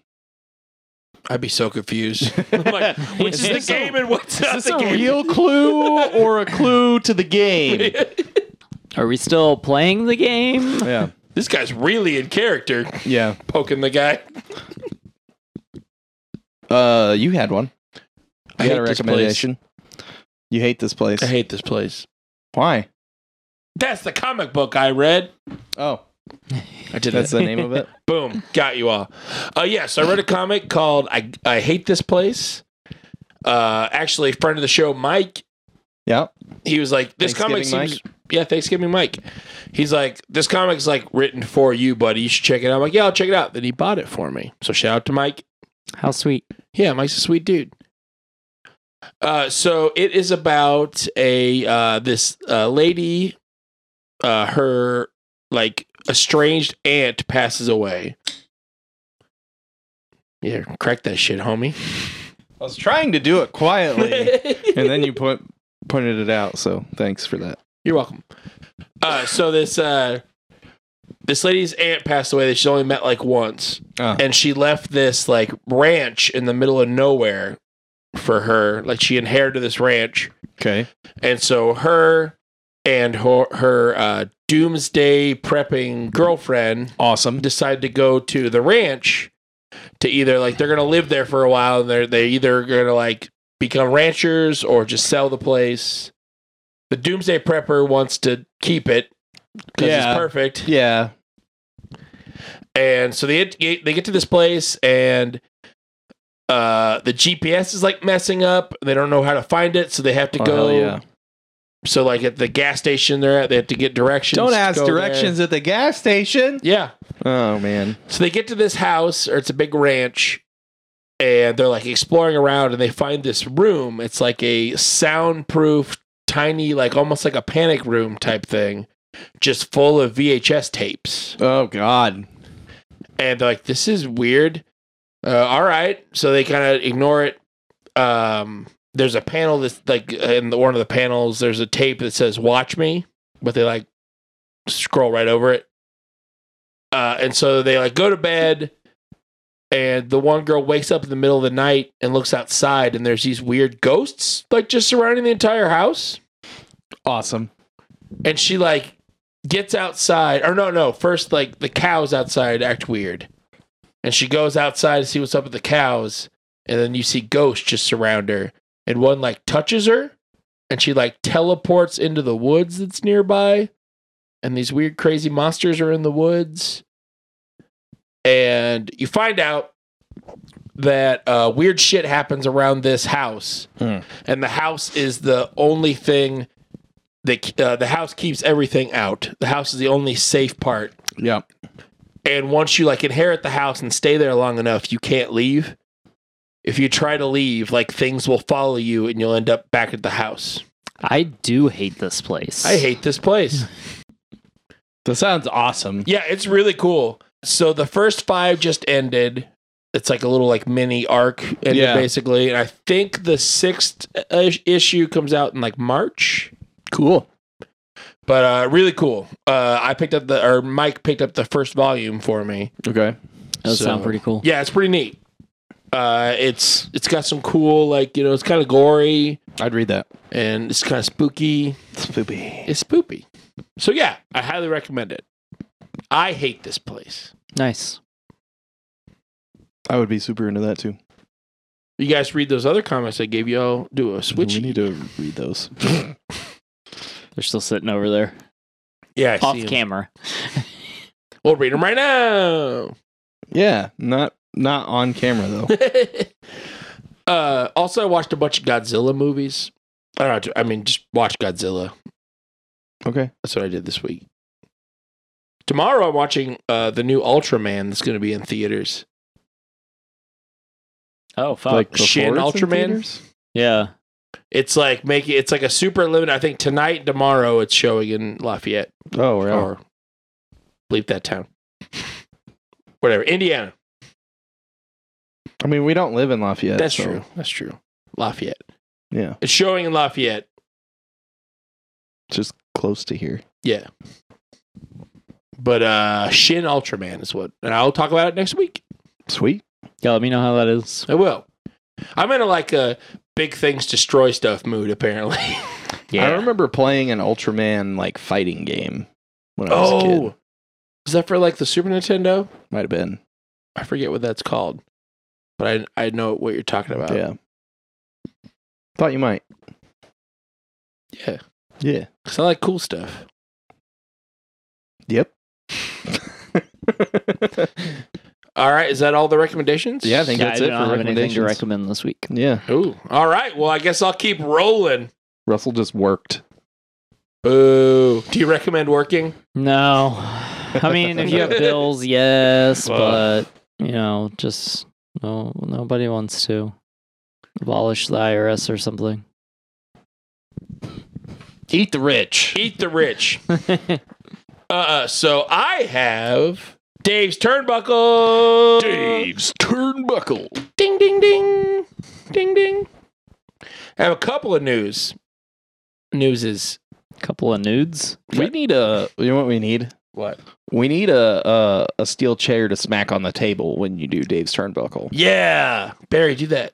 S1: I'd be so confused. I'm like, which is, the
S2: this a-
S1: game and what's
S2: Is
S1: not
S2: this
S1: the
S2: a
S1: game?
S2: real clue or a clue to the game?
S3: are we still playing the game
S2: Yeah.
S1: this guy's really in character,
S2: Yeah.
S1: poking the guy.
S2: Uh, you had one.
S1: I
S2: You
S1: hate this
S2: You hate this place.
S1: I hate this place.
S2: Why?
S1: That's the comic book I read.
S2: Oh,
S1: I did
S2: that's the name of it.
S1: Boom, got you all. Uh, yes, I read a comic called "I I Hate This Place." Uh, actually, friend of the show, Mike,
S2: Yeah.
S1: he was like, "This comic
S2: Thanksgiving
S1: seems." Yeah, Thanksgiving Mike. He's like, this comic's like written for you, buddy. You should check it out. I'm like, yeah, I'll check it out. Then he bought it for me. So shout out to Mike.
S3: how sweet
S1: Yeah, Mike's a sweet dude. Uh, so it is about a uh, this uh, lady, uh, her like estranged aunt passes away. Yeah, crack that shit, homie.
S2: I was trying to do it quietly, and then you point pointed it out. So thanks for that.
S1: You're welcome. Uh, so this uh, this lady's aunt passed away that she's only met like once,
S2: Oh.
S1: and she left this like ranch in the middle of nowhere for her. Like she inherited this ranch,
S2: Okay.
S1: And so her and her, her uh, doomsday prepping girlfriend
S2: Awesome.
S1: decide to go to the ranch to either like they're gonna live there for a while and they're they either gonna like become ranchers or just sell the place. The doomsday prepper wants to keep it because
S2: Yeah.
S1: it's perfect.
S2: Yeah.
S1: And so they get, they get to this place and uh the GPS is like messing up. They don't know how to find it, so they have to
S2: Oh,
S1: go
S2: hell yeah.
S1: so like at the gas station they're at, they have to get directions.
S2: Don't
S1: to
S2: ask
S1: go there.
S2: directions at the gas station.
S1: Yeah.
S2: Oh man.
S1: So they get to this house, or it's a big ranch, and they're like exploring around, and they find this room. It's like a soundproof, tiny, like almost like a panic room type thing, just full of VHS tapes.
S2: Oh god.
S1: And they're like, "This is weird." Uh, all right, so they kind of ignore it. Um, there's a panel that's like in the, one of the panels there's a tape that says watch me but they like scroll right over it uh, and so they like go to bed and the one girl wakes up in the middle of the night and looks outside and there's these weird ghosts like just surrounding the entire house
S2: Awesome.
S1: and she like gets outside or no no first like the cows outside act weird and she goes outside to see what's up with the cows and then you see ghosts just surround her and one like touches her and she like teleports into the woods that's nearby and these weird crazy monsters are in the woods and you find out that uh, weird shit happens around this house
S2: Hmm.
S1: and the house is the only thing that uh, the house keeps everything out the house is the only safe part
S2: Yeah.
S1: and once you like inherit the house and stay there long enough, you can't leave. If you try to leave, like things will follow you and you'll end up back at the house.
S3: I do hate this place.
S1: I hate this place.
S2: That sounds awesome.
S1: Yeah, it's really cool. So the first five just ended. It's like a little like mini arc ended
S2: Yeah.
S1: basically. And I think the sixth uh, issue comes out in like March.
S2: Cool.
S1: But uh really cool. Uh I picked up the or Mike picked up the first volume for me.
S2: Okay.
S3: That would sound
S1: So-
S3: pretty cool.
S1: Yeah, it's pretty neat. Uh, it's it's got some cool like you know it's kind of gory
S2: I'd read that.
S1: and it's kind of spooky.
S2: Spoopy.
S1: It's spoopy. So yeah, I highly recommend it. I hate this place.
S3: Nice.
S2: I would be super into that too.
S1: You guys read those other comments I gave you. I'll do a switch.
S2: We need to read those.
S3: They're still sitting over there
S1: Yeah, I
S3: off
S1: see 'em.
S3: camera.
S1: We'll read them right now.
S2: yeah. Not not on camera though.
S1: uh, also, I watched a bunch of Godzilla movies. I don't. Know, I mean, just watch Godzilla.
S2: Okay.
S1: That's what I did this week. Tomorrow I'm watching uh, the new Ultraman that's going to be in theaters.
S3: Oh fuck.
S2: before
S1: Shin
S2: it's in
S1: Ultraman?
S2: theaters?
S3: yeah.
S1: It's like making it's like a super limited. I think tonight, tomorrow, it's showing in Lafayette
S2: Oh, we're out.
S1: or bleep that town, whatever. Indiana.
S2: I mean, we don't live in Lafayette.
S1: That's
S2: so-
S1: true. That's true. Lafayette.
S2: Yeah.
S1: It's showing in Lafayette.
S2: It's just close to here.
S1: Yeah. But uh Shin Ultraman is what, and I'll talk about it next week.
S2: Sweet.
S3: Yeah. Let me know how that is.
S1: I will. I'm in a like a big things destroy stuff mood apparently.
S2: I remember playing an Ultraman like fighting game when I was a kid.
S1: Oh, is that for like the Super Nintendo?
S2: Might have been.
S1: I forget what that's called, but I I know what you're talking about.
S2: yeah. Thought you might.
S1: yeah,
S2: Yeah.
S1: because I like cool stuff.
S2: Yep.
S1: All right, is that all the recommendations?
S2: Yeah, I think-
S3: Yeah, I
S2: that's it
S3: don't
S2: for
S3: have anything
S2: recommendations.
S3: to recommend this week.
S2: yeah.
S1: Ooh, all right. Well, I guess I'll keep rolling.
S2: Russell just worked.
S1: Boo. Do you recommend working?
S3: No. I mean, if you have bills, yes,
S1: Well.
S3: but you know, just no. Nobody wants to abolish the IRS or something.
S2: Eat the rich.
S1: Eat the rich. Uh, uh so I have Dave's turnbuckle.
S2: turnbuckle.
S1: Ding ding ding. Ding ding. I have a couple of news. News is
S3: Couple of nudes.
S2: We need a. You know what we need?
S1: what?
S2: We need a, a a steel chair to smack on the table when you do Dave's turnbuckle.
S1: Yeah, Barry, do that.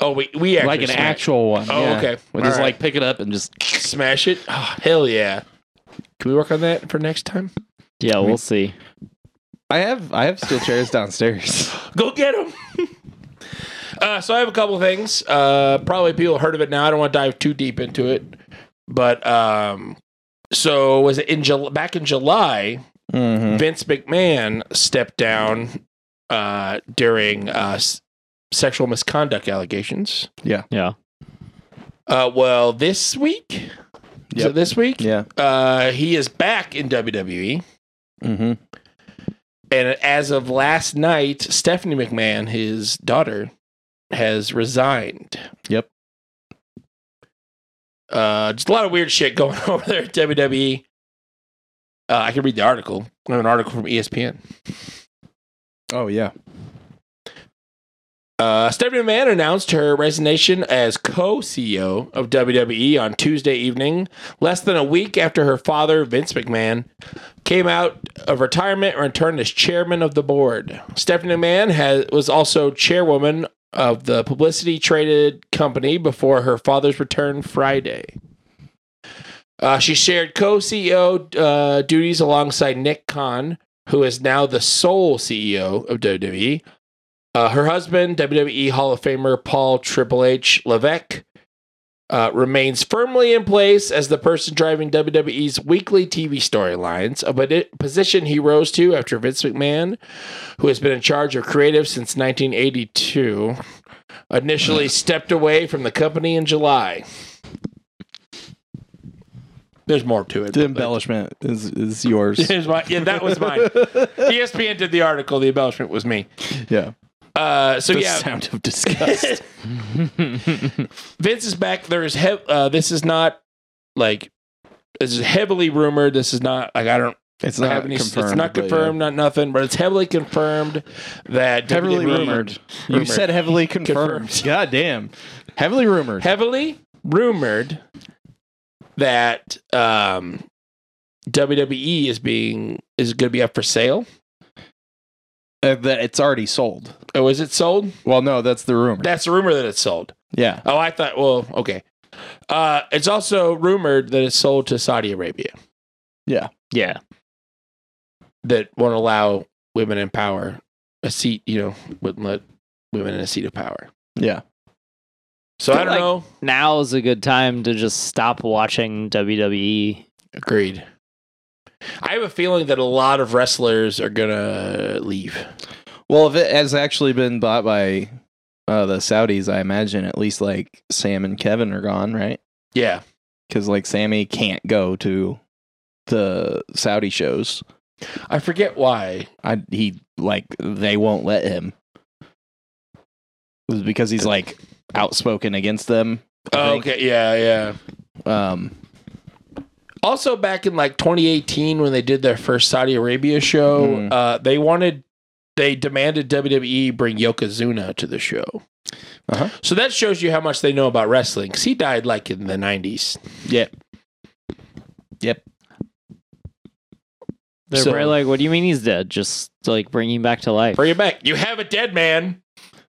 S1: Oh, we we actually
S2: like an
S1: smash-
S2: actual one.
S1: Oh,
S2: yeah.
S1: okay.
S2: We
S1: All
S2: just
S1: right.
S2: like pick it up and just.
S1: smash it. Oh, hell yeah! Can we work on that for next time?
S3: Yeah, we'll see.
S2: I have I have steel chairs downstairs.
S1: Go get them. uh, so I have a couple things. Uh, probably people heard of it now. I don't want to dive too deep into it, but um, so was it in Jul- back in July?
S2: mm-hmm.
S1: Vince McMahon stepped down uh, during uh, s- sexual misconduct allegations.
S3: Yeah.
S1: Uh, well, this week, is
S2: Yep.
S1: it this week?
S2: Yeah.
S1: Uh, he is back in E. WWE.
S2: Mm-hmm.
S1: And as of last night, Stephanie McMahon, his daughter, has resigned.
S2: Yep.
S1: Uh, just a lot of weird shit going on over there at WWE. Uh, I can read the article. E Oh, I have an article from ESPN.
S2: Oh yeah.
S1: Uh, Stephanie McMahon announced her resignation as co CEO of WWE on Tuesday evening, less than a week after her father, Vince McMahon, came out of retirement and returned as chairman of the board. Stephanie McMahon has, was also chairwoman of the publicity traded company before her father's return Friday. Uh, she shared co CEO uh, duties alongside Nick Khan, who is now the sole CEO of WWE. Uh, her husband, WWE Hall of Famer Paul Triple H Levesque, uh, remains firmly in place as the person driving WWE's weekly TV storylines, a posi- position he rose to after Vince McMahon, who has been in charge of creative since 1982, initially stepped away from the company in July. There's more to it.
S2: The
S1: but-
S2: embellishment is, is yours.
S1: Here's my- yeah, that was mine. E ESPN did the article. The embellishment was me.
S2: yeah.
S1: Uh, so
S2: The
S1: yeah,
S2: sound of disgust.
S1: Vince is back. There is hev- uh, this is not like this is heavily rumored. This is not like I don't
S2: it's
S1: have any. Confirmed, it's not
S2: but yeah.
S1: confirmed, not nothing, but it's heavily confirmed that
S2: Heavily
S1: WWE
S2: rumored. You said heavily confirmed.
S1: Confirmed.
S2: God damn. Heavily rumored.
S1: heavily rumored that um, WWE is being is going to be up for sale.
S2: Uh, that it's already sold.
S1: Oh, is it sold?
S2: Well, no, that's the rumor.
S1: That's a rumor that it's sold.
S2: yeah.
S1: Oh, I thought. Well, okay. Uh, it's also rumored that it's sold to Saudi Arabia.
S3: Yeah.
S1: that won't allow women in power a seat, you know, wouldn't let women in a seat of power.
S2: Yeah.
S1: So I
S3: Feel
S1: don't
S3: like-
S1: know.
S3: Now is a good time to just stop watching E. WWE.
S1: Agreed. I have a feeling that a lot of wrestlers are gonna leave.
S2: Well, if it has actually been bought by uh, the Saudis, I imagine at least like Sam and Kevin are gone, right?
S1: Yeah.
S2: Because like Sammy can't go to the Saudi shows.
S1: I forget why.
S2: I he like they won't let him. It was because he's like outspoken against them. I
S1: Oh,
S2: think.
S1: okay. Yeah, yeah.
S2: Um.
S1: Also back in like 2018 when they did their first Saudi Arabia show,
S2: Mm.
S1: uh, they wanted they demanded WWE bring Yokozuna to the show.
S2: Uh-huh.
S1: So that shows you how much they know about wrestling cuz he died like in the 90s.
S3: They're
S1: So-
S3: probably like, what do you mean he's dead? Just like bring him back to life.
S1: Bring it back. You have a dead man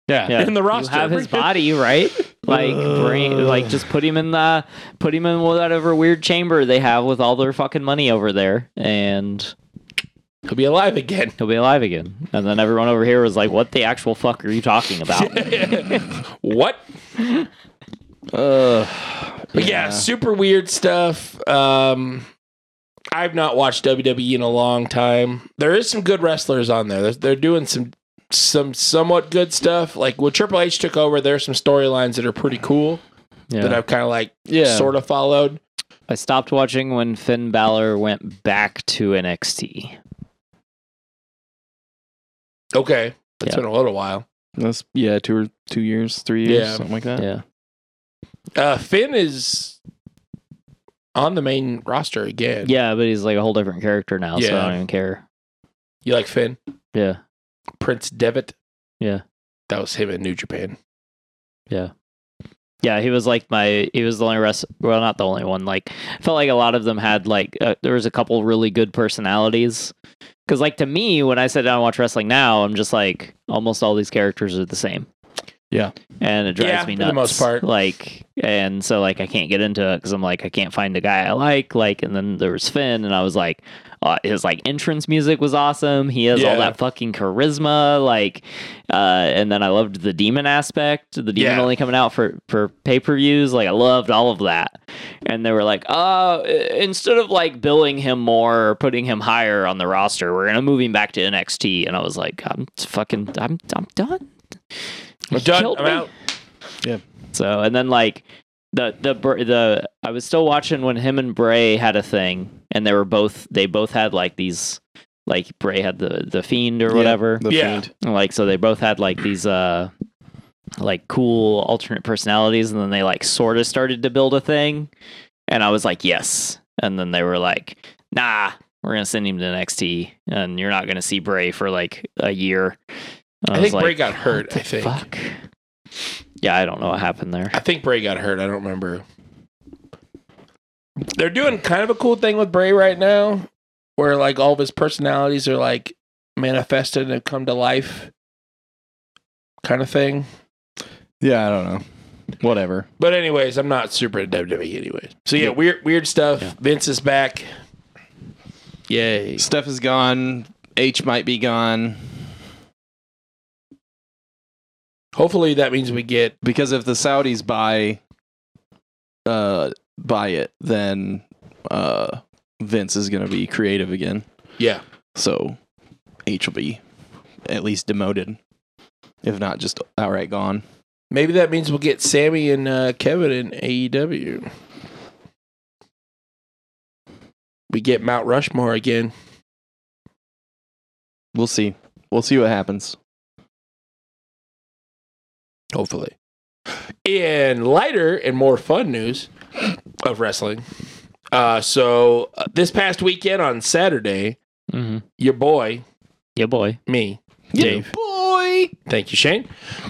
S3: Yeah.
S1: in the roster.
S3: You have his
S1: Bring it-
S3: body, right? Like, bring, like just put him in the, put him in whatever weird chamber they have with all their fucking money over there, and
S1: He'll be alive again.
S3: he'll be alive again. And then everyone over here was like, "What the actual fuck are you talking about?"
S1: what?
S2: Uh.
S1: But yeah, super weird stuff. Um, I've not watched WWE in a long time. There is some good wrestlers on there. They're, they're doing some some somewhat good stuff. Like when Triple H took over, there are some storylines that are pretty cool
S3: yeah.
S1: that I've kind of like
S2: Yeah.
S1: sort of followed.
S3: I stopped watching when Finn Balor went back to NXT.
S1: Okay, that's
S3: Yeah.
S1: been a little while.
S2: That's yeah, two or two years, three years,
S1: Yeah.
S2: something like that.
S3: Yeah.
S1: Uh, Finn is on the main roster again.
S3: Yeah, but he's like a whole different character now, so
S1: Yeah.
S3: I don't even care.
S1: you like Finn?
S3: Yeah.
S1: Prince Devitt.
S3: Yeah.
S1: That was him in New Japan.
S3: Yeah, he was like my. He was the only rest. Well, not the only one. Like, I felt like a lot of them had like. Uh, there was a couple really good personalities. Because like to me, when I sit down and watch wrestling now, I'm just like almost all these characters are the same.
S2: Yeah.
S3: and it drives
S1: Yeah,
S3: me
S1: for
S3: nuts.
S1: the most part.
S3: like, and so like I can't get into it because I'm like I can't find a guy I like. Like, and then there was Finn, and I was like, uh, his like entrance music was awesome. He has all
S1: Yeah.
S3: that fucking charisma. Like, uh, and then I loved the demon aspect. The demon
S1: Yeah.
S3: only coming out for for pay per views. Like I loved all of that. And they were like, "Oh, i- instead of like billing him more or putting him higher on the roster, we're gonna move him back to NXT." And I was like, "I'm fucking, I'm I'm done."
S1: I'm
S3: He
S1: done.
S3: killed
S1: I'm
S3: me.
S1: out.
S3: So and then like the the Br- the I was still watching when him and Bray had a thing, and they were both they both had like these like Bray had the the fiend or
S2: Yeah,
S3: whatever.
S2: The
S1: Yeah.
S2: Fiend.
S3: And, like so they both had like these uh like cool alternate personalities and then they like sort of started to build a thing and i was like yes and then they were like nah we're gonna send him to nxt and you're not gonna see bray for like a year
S1: I,
S3: was
S1: think
S3: like,
S1: Bray got hurt. I
S3: "What the
S1: think.
S3: Fuck. Yeah, I don't know what happened there.
S1: I think Bray got hurt. I don't remember. They're doing kind of a cool thing with Bray right now, where like all of his personalities are like manifested and come to life, kind of thing.
S2: Yeah, I don't know. Whatever.
S1: But anyways, I'm not super into WWE anyways. So yeah,
S3: Yeah.
S1: weird weird stuff.
S3: Yeah.
S1: Vince is back. Yay!
S2: Steph is gone. H might be gone
S1: Hopefully that means we get
S2: because if the Saudis buy, uh, buy it, then uh, Vince is gonna be creative again.
S1: yeah.
S2: So H will be at least demoted, if not just outright gone.
S1: Maybe that means we'll get Sammy and uh, Kevin in AEW. We get Mount Rushmore again.
S2: We'll see. We'll see what happens.
S1: hopefully. In lighter and more fun news of wrestling, uh, so uh, this past weekend on Saturday,
S3: Mm-hmm.
S1: your boy,
S3: Yeah, boy.
S1: me,
S3: Yeah,
S1: Dave,
S2: boy.
S1: thank you, Shane,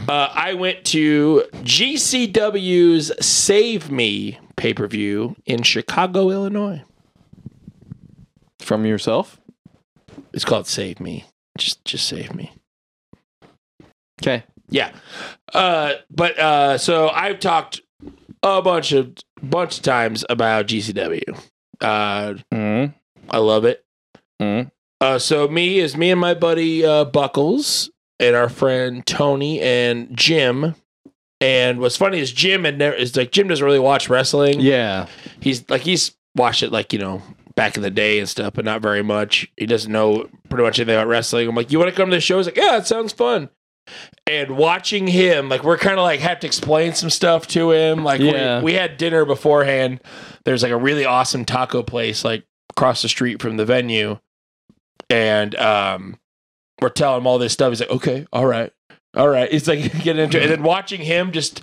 S1: uh, I went to GCW's Save Me pay per view in Chicago, Illinois.
S2: From yourself.
S1: It's called Save Me. Just, just save me.
S2: Okay.
S1: Yeah. Uh, but uh, so I've talked a bunch of bunch of times about GCW. Uh,
S2: Mm,
S1: I love it.
S2: mm,
S1: Uh, so me is me and my buddy uh, Buckles and our friend Tony and Jim. And what's funny is Jim had never is like Jim doesn't really watch wrestling.
S2: Yeah.
S1: He's like he's watched it like you know back in the day and stuff, but not very much. He doesn't know pretty much anything about wrestling. I'm like, you want to come to the show? He's like, yeah, it sounds fun. And watching him, like we're kind of like have to explain some stuff to him. Like
S2: Yeah.
S1: we, we had dinner beforehand. There's like a really awesome taco place like across the street from the venue, and um, we're telling him all this stuff. He's like, okay, all right. All right, it's like getting into it, and then watching him just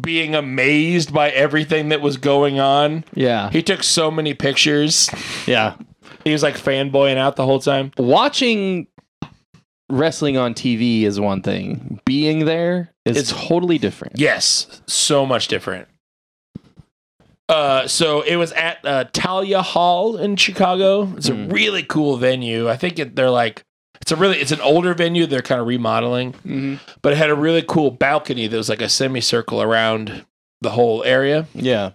S1: being amazed by everything that was going on.
S2: Yeah.
S1: He took so many pictures.
S2: Yeah.
S1: He was like fanboying out the whole time.
S2: Watching wrestling on TV is one thing. Being there is
S1: It's-
S2: totally different.
S1: Yes, so much different. Uh, so it was at uh, Talia Hall in Chicago. It's
S2: Mm.
S1: a really cool venue. I think it, they're like it's a really it's an older venue. They're kind of remodeling, but it had a really cool balcony that was like a semicircle around the whole area.
S2: Yeah.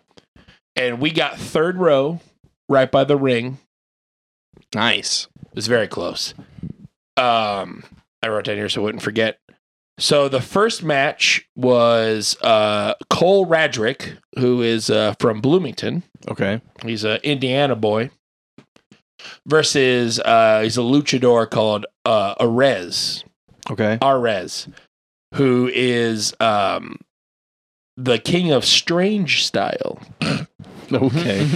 S1: And we got third row, right by the ring.
S2: Nice.
S1: It was very close. Um, I wrote down here so I wouldn't forget. So the first match was uh, Cole Radrick, who is uh, from Bloomington.
S2: Okay.
S1: He's an Indiana boy. Versus uh, he's a luchador called uh, Arez.
S2: Okay.
S1: Arez, who is um, the king of strange style.
S2: Okay.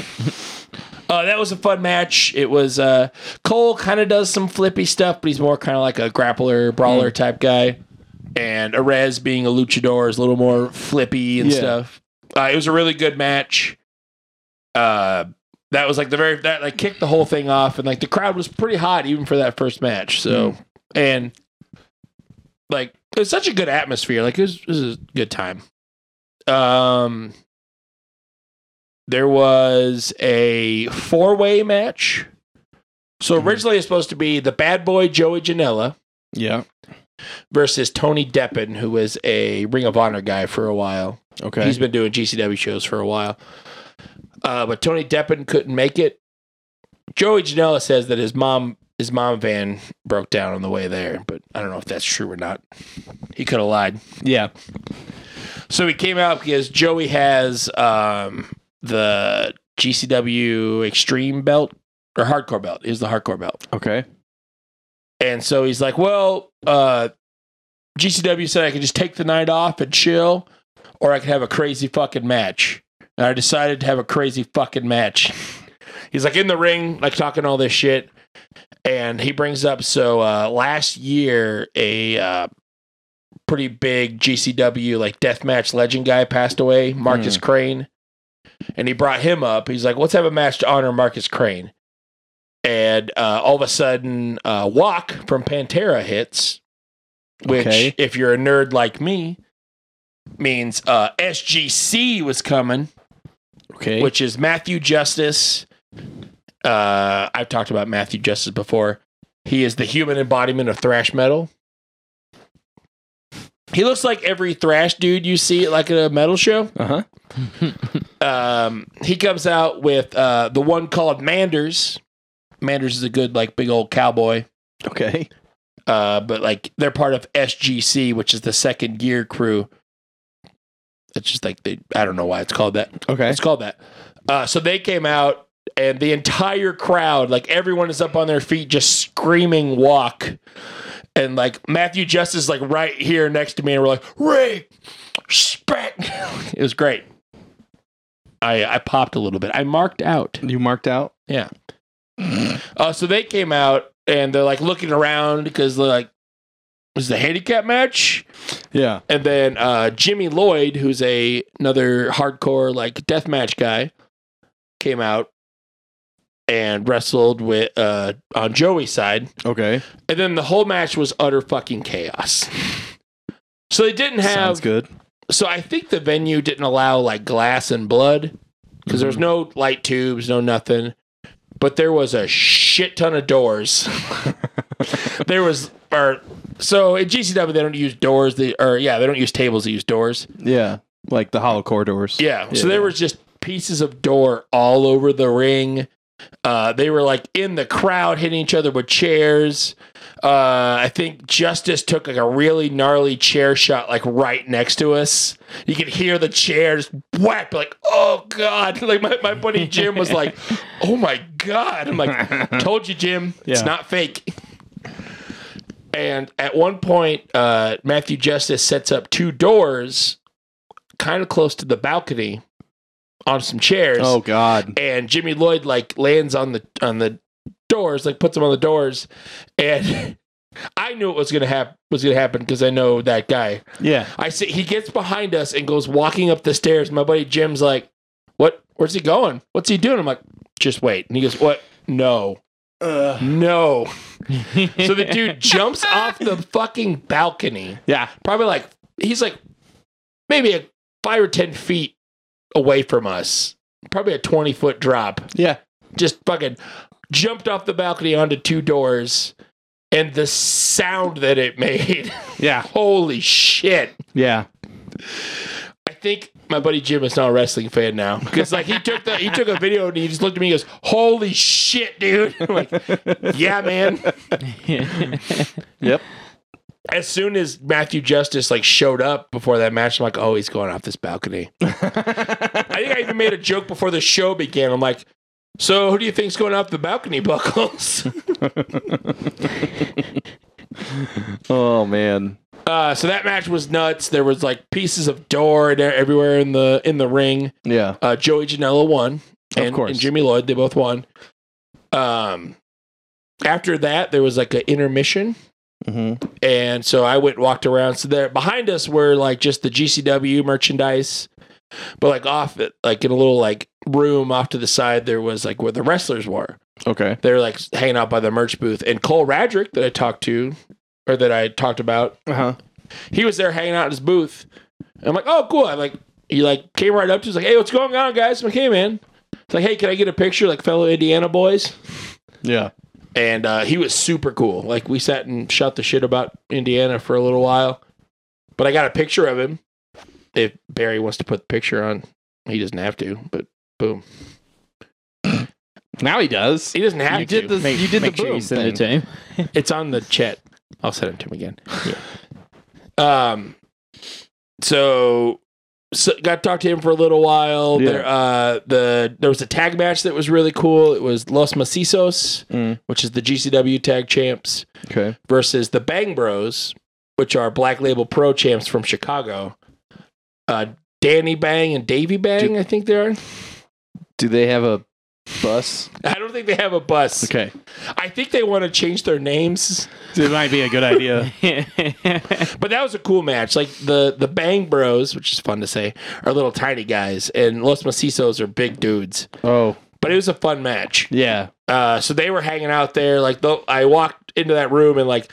S1: Uh, that was a fun match. It was uh, Cole kind of does some flippy stuff, but he's more kind of like a grappler, brawler type guy. And Arez being a luchador is a little more flippy and
S2: Yeah.
S1: stuff. Uh, it was a really good match. Uh, that was like the very that like kicked the whole thing off, and like the crowd was pretty hot even for that first match. So and like it was such a good atmosphere. Like it was, it was a good time. Um, there was a four way match. So
S2: Mhm.
S1: originally it's supposed to be the bad boy Joey Janela
S2: yeah.
S1: versus Tony Deppen, who was a Ring of Honor guy for a while.
S2: Okay.
S1: He's been doing GCW shows for a while. Uh, but Tony Deppen couldn't make it. Joey Janela says that his mom his mom van broke down on the way there, but I don't know if that's true or not. He could have lied.
S2: yeah.
S1: So he came out because Joey has um, the GCW Extreme belt or Hardcore belt. Is the Hardcore belt,
S2: Okay.
S1: and so he's like, "Well, uh, GCW said I could just take the night off and chill, or I could have a crazy fucking match." And I decided to have a crazy fucking match. He's like in the ring, like talking all this shit, and he brings up so uh, last year a uh, pretty big GCW like deathmatch legend guy passed away, Marcus Crane, and he brought him up. He's like, "Let's have a match to honor Marcus Crane." And uh, all of a sudden, uh, Walk from Pantera hits, which,
S2: Okay.
S1: if you're a nerd like me, means uh, SGC was coming,
S2: Okay.
S1: which is Matthew Justice. Uh, I've talked about Matthew Justice before. He is the human embodiment of thrash metal. He looks like every thrash dude you see at like a metal show.
S2: uh huh.
S1: Um, he comes out with uh, the one called Manders. Manders is a good like big old cowboy.
S2: Okay.
S1: uh, but like they're part of SGC, which is the second gear crew. It's just like they, I don't know why it's called that.
S2: Okay.
S1: It's called that. Uh, so they came out, and the entire crowd, like everyone is up on their feet, just screaming "walk," and like Matthew Justice, like right here next to me, and we're like "Ray, spat." it was great. I I popped a little bit. I marked out.
S2: You marked out.
S1: Yeah. uh, so they came out and they're like looking around because they're like, "Was the handicap match?"
S2: Yeah.
S1: And then uh, Jimmy Lloyd, who's a another hardcore like death match guy, came out and wrestled with uh, on Joey's side.
S2: Okay.
S1: And then the whole match was utter fucking chaos. So they didn't have
S2: Sounds good.
S1: so I think the venue didn't allow like glass and blood because there's
S2: Mm-hmm.
S1: no light tubes, no nothing. But there was a shit ton of doors. there was, or so at GCW they don't use doors. They or yeah, they don't use tables. They use doors.
S2: Yeah. Like the hollow corridors.
S1: Yeah. So
S2: Yeah.
S1: there was just pieces of door all over the ring. Uh, they were like in the crowd hitting each other with chairs. Uh, I think Justice took like a really gnarly chair shot like right next to us. You could hear the chairs whack like, oh God. Like my, my buddy Jim was like, oh my God. I'm like, told you, Jim, it's
S2: Mm. Yeah.
S1: not fake. And at one point, uh, Matthew Justice sets up two doors kind of close to the balcony on some chairs.
S2: Oh God.
S1: And Jimmy Lloyd like lands on the on the doors, like puts him on the doors, and I knew it was gonna happen was gonna happen because I know that guy.
S2: Yeah.
S1: I see he gets behind us and goes walking up the stairs. My buddy Jim's like, "What? Where's he going? What's he doing?" I'm like, "Just wait." And he goes, "What? No." No. so the dude jumps off the fucking balcony
S2: Yeah.
S1: probably like he's like maybe a five or ten feet away from us. Probably a twenty foot drop.
S2: Yeah.
S1: Just fucking jumped off the balcony onto two doors, and the sound that it made.
S2: Yeah.
S1: Holy shit!
S2: Yeah.
S1: I think my buddy Jim is not a wrestling fan now because like he took the he took a video and he just looked at me and goes, "Holy shit, dude!" I'm like, yeah, man.
S2: Yep.
S1: As soon as Matthew Justice like showed up before that match, I'm like, "Oh, he's going off this balcony." I think I even made a joke before the show began. I'm like, so who do you think's going off the balcony buckles?
S2: oh man.
S1: uh, so that match was nuts. There was like pieces of door and everywhere in the in the ring.
S2: Yeah.
S1: Uh, Joey Janela won,
S2: Of
S1: and,
S2: course.
S1: and Jimmy Lloyd they both won. Um, after that there was like an intermission,
S2: Mm-hmm.
S1: and so I went and walked around. So there behind us were like just the GCW merchandise, but like off it, like in a little like room off to the side there was like where the wrestlers were.
S2: Okay.
S1: they're like hanging out by the merch booth. And Cole Radrick that I talked to, or that I talked about,
S2: Uh huh.
S1: he was there hanging out in his booth. And I'm like, oh, cool. I'm like, he like came right up to us, like, hey, what's going on, guys? I'm like, hey, man. It's like, hey, can I get a picture, like fellow Indiana boys?
S2: Yeah.
S1: And uh, he was super cool. Like we sat and shot the shit about Indiana for a little while, but I got a picture of him. If Barry wants to put the picture on, he doesn't have to. But boom,
S2: Now he does.
S1: he doesn't have
S2: You
S1: to.
S2: did the you did
S3: Make
S2: the boom
S3: sure you send
S2: thing.
S3: it to him.
S1: It's on the chat. I'll send it to him again. Um. So, so got to talk to him for a little while.
S2: Yeah.
S1: There, uh, the there was a tag match that was really cool. It was Los Macisos,
S2: Mm.
S1: which is the GCW tag champs,
S2: Okay.
S1: versus the Bang Bros, which are Black Label Pro champs from Chicago. Uh, Danny Bang and Davy Bang, I think they are.
S2: Do they have a bus?
S1: I don't think they have a bus.
S2: Okay.
S1: I think they want to change their names.
S2: It might be a good idea.
S1: But that was a cool match. Like the the Bang Bros, which is fun to say, are little tiny guys, and Los Macisos are big dudes.
S2: oh
S1: But it was a fun match.
S2: yeah.
S1: Uh, so they were hanging out there. Like the, I walked into that room and like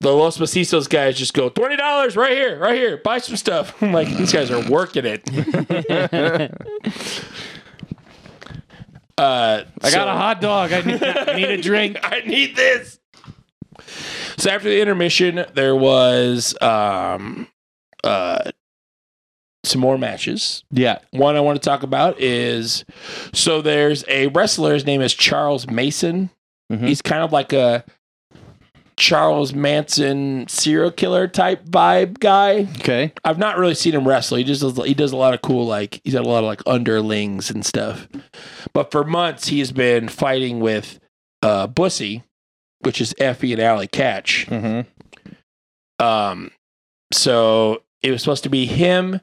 S1: the Los Macisos guys just go twenty dollars right here, right here, buy some stuff. I'm like these guys are working it. uh,
S4: I got
S1: so-
S4: a hot dog. I need, I need a drink.
S1: I need this. So after the intermission, there was um, uh, some more matches.
S2: Yeah.
S1: One I want to talk about is so there's a wrestler. His name is Charles Mason.
S2: Mhm.
S1: He's kind of like a Charles Manson serial killer type vibe guy.
S2: Okay.
S1: I've not really seen him wrestle. He just does, he does a lot of cool like he's got a lot of like underlings and stuff. But for months he's been fighting with uh Bussy, which is Effie and Alley Catch.
S2: Mm-hmm.
S1: Um so it was supposed to be him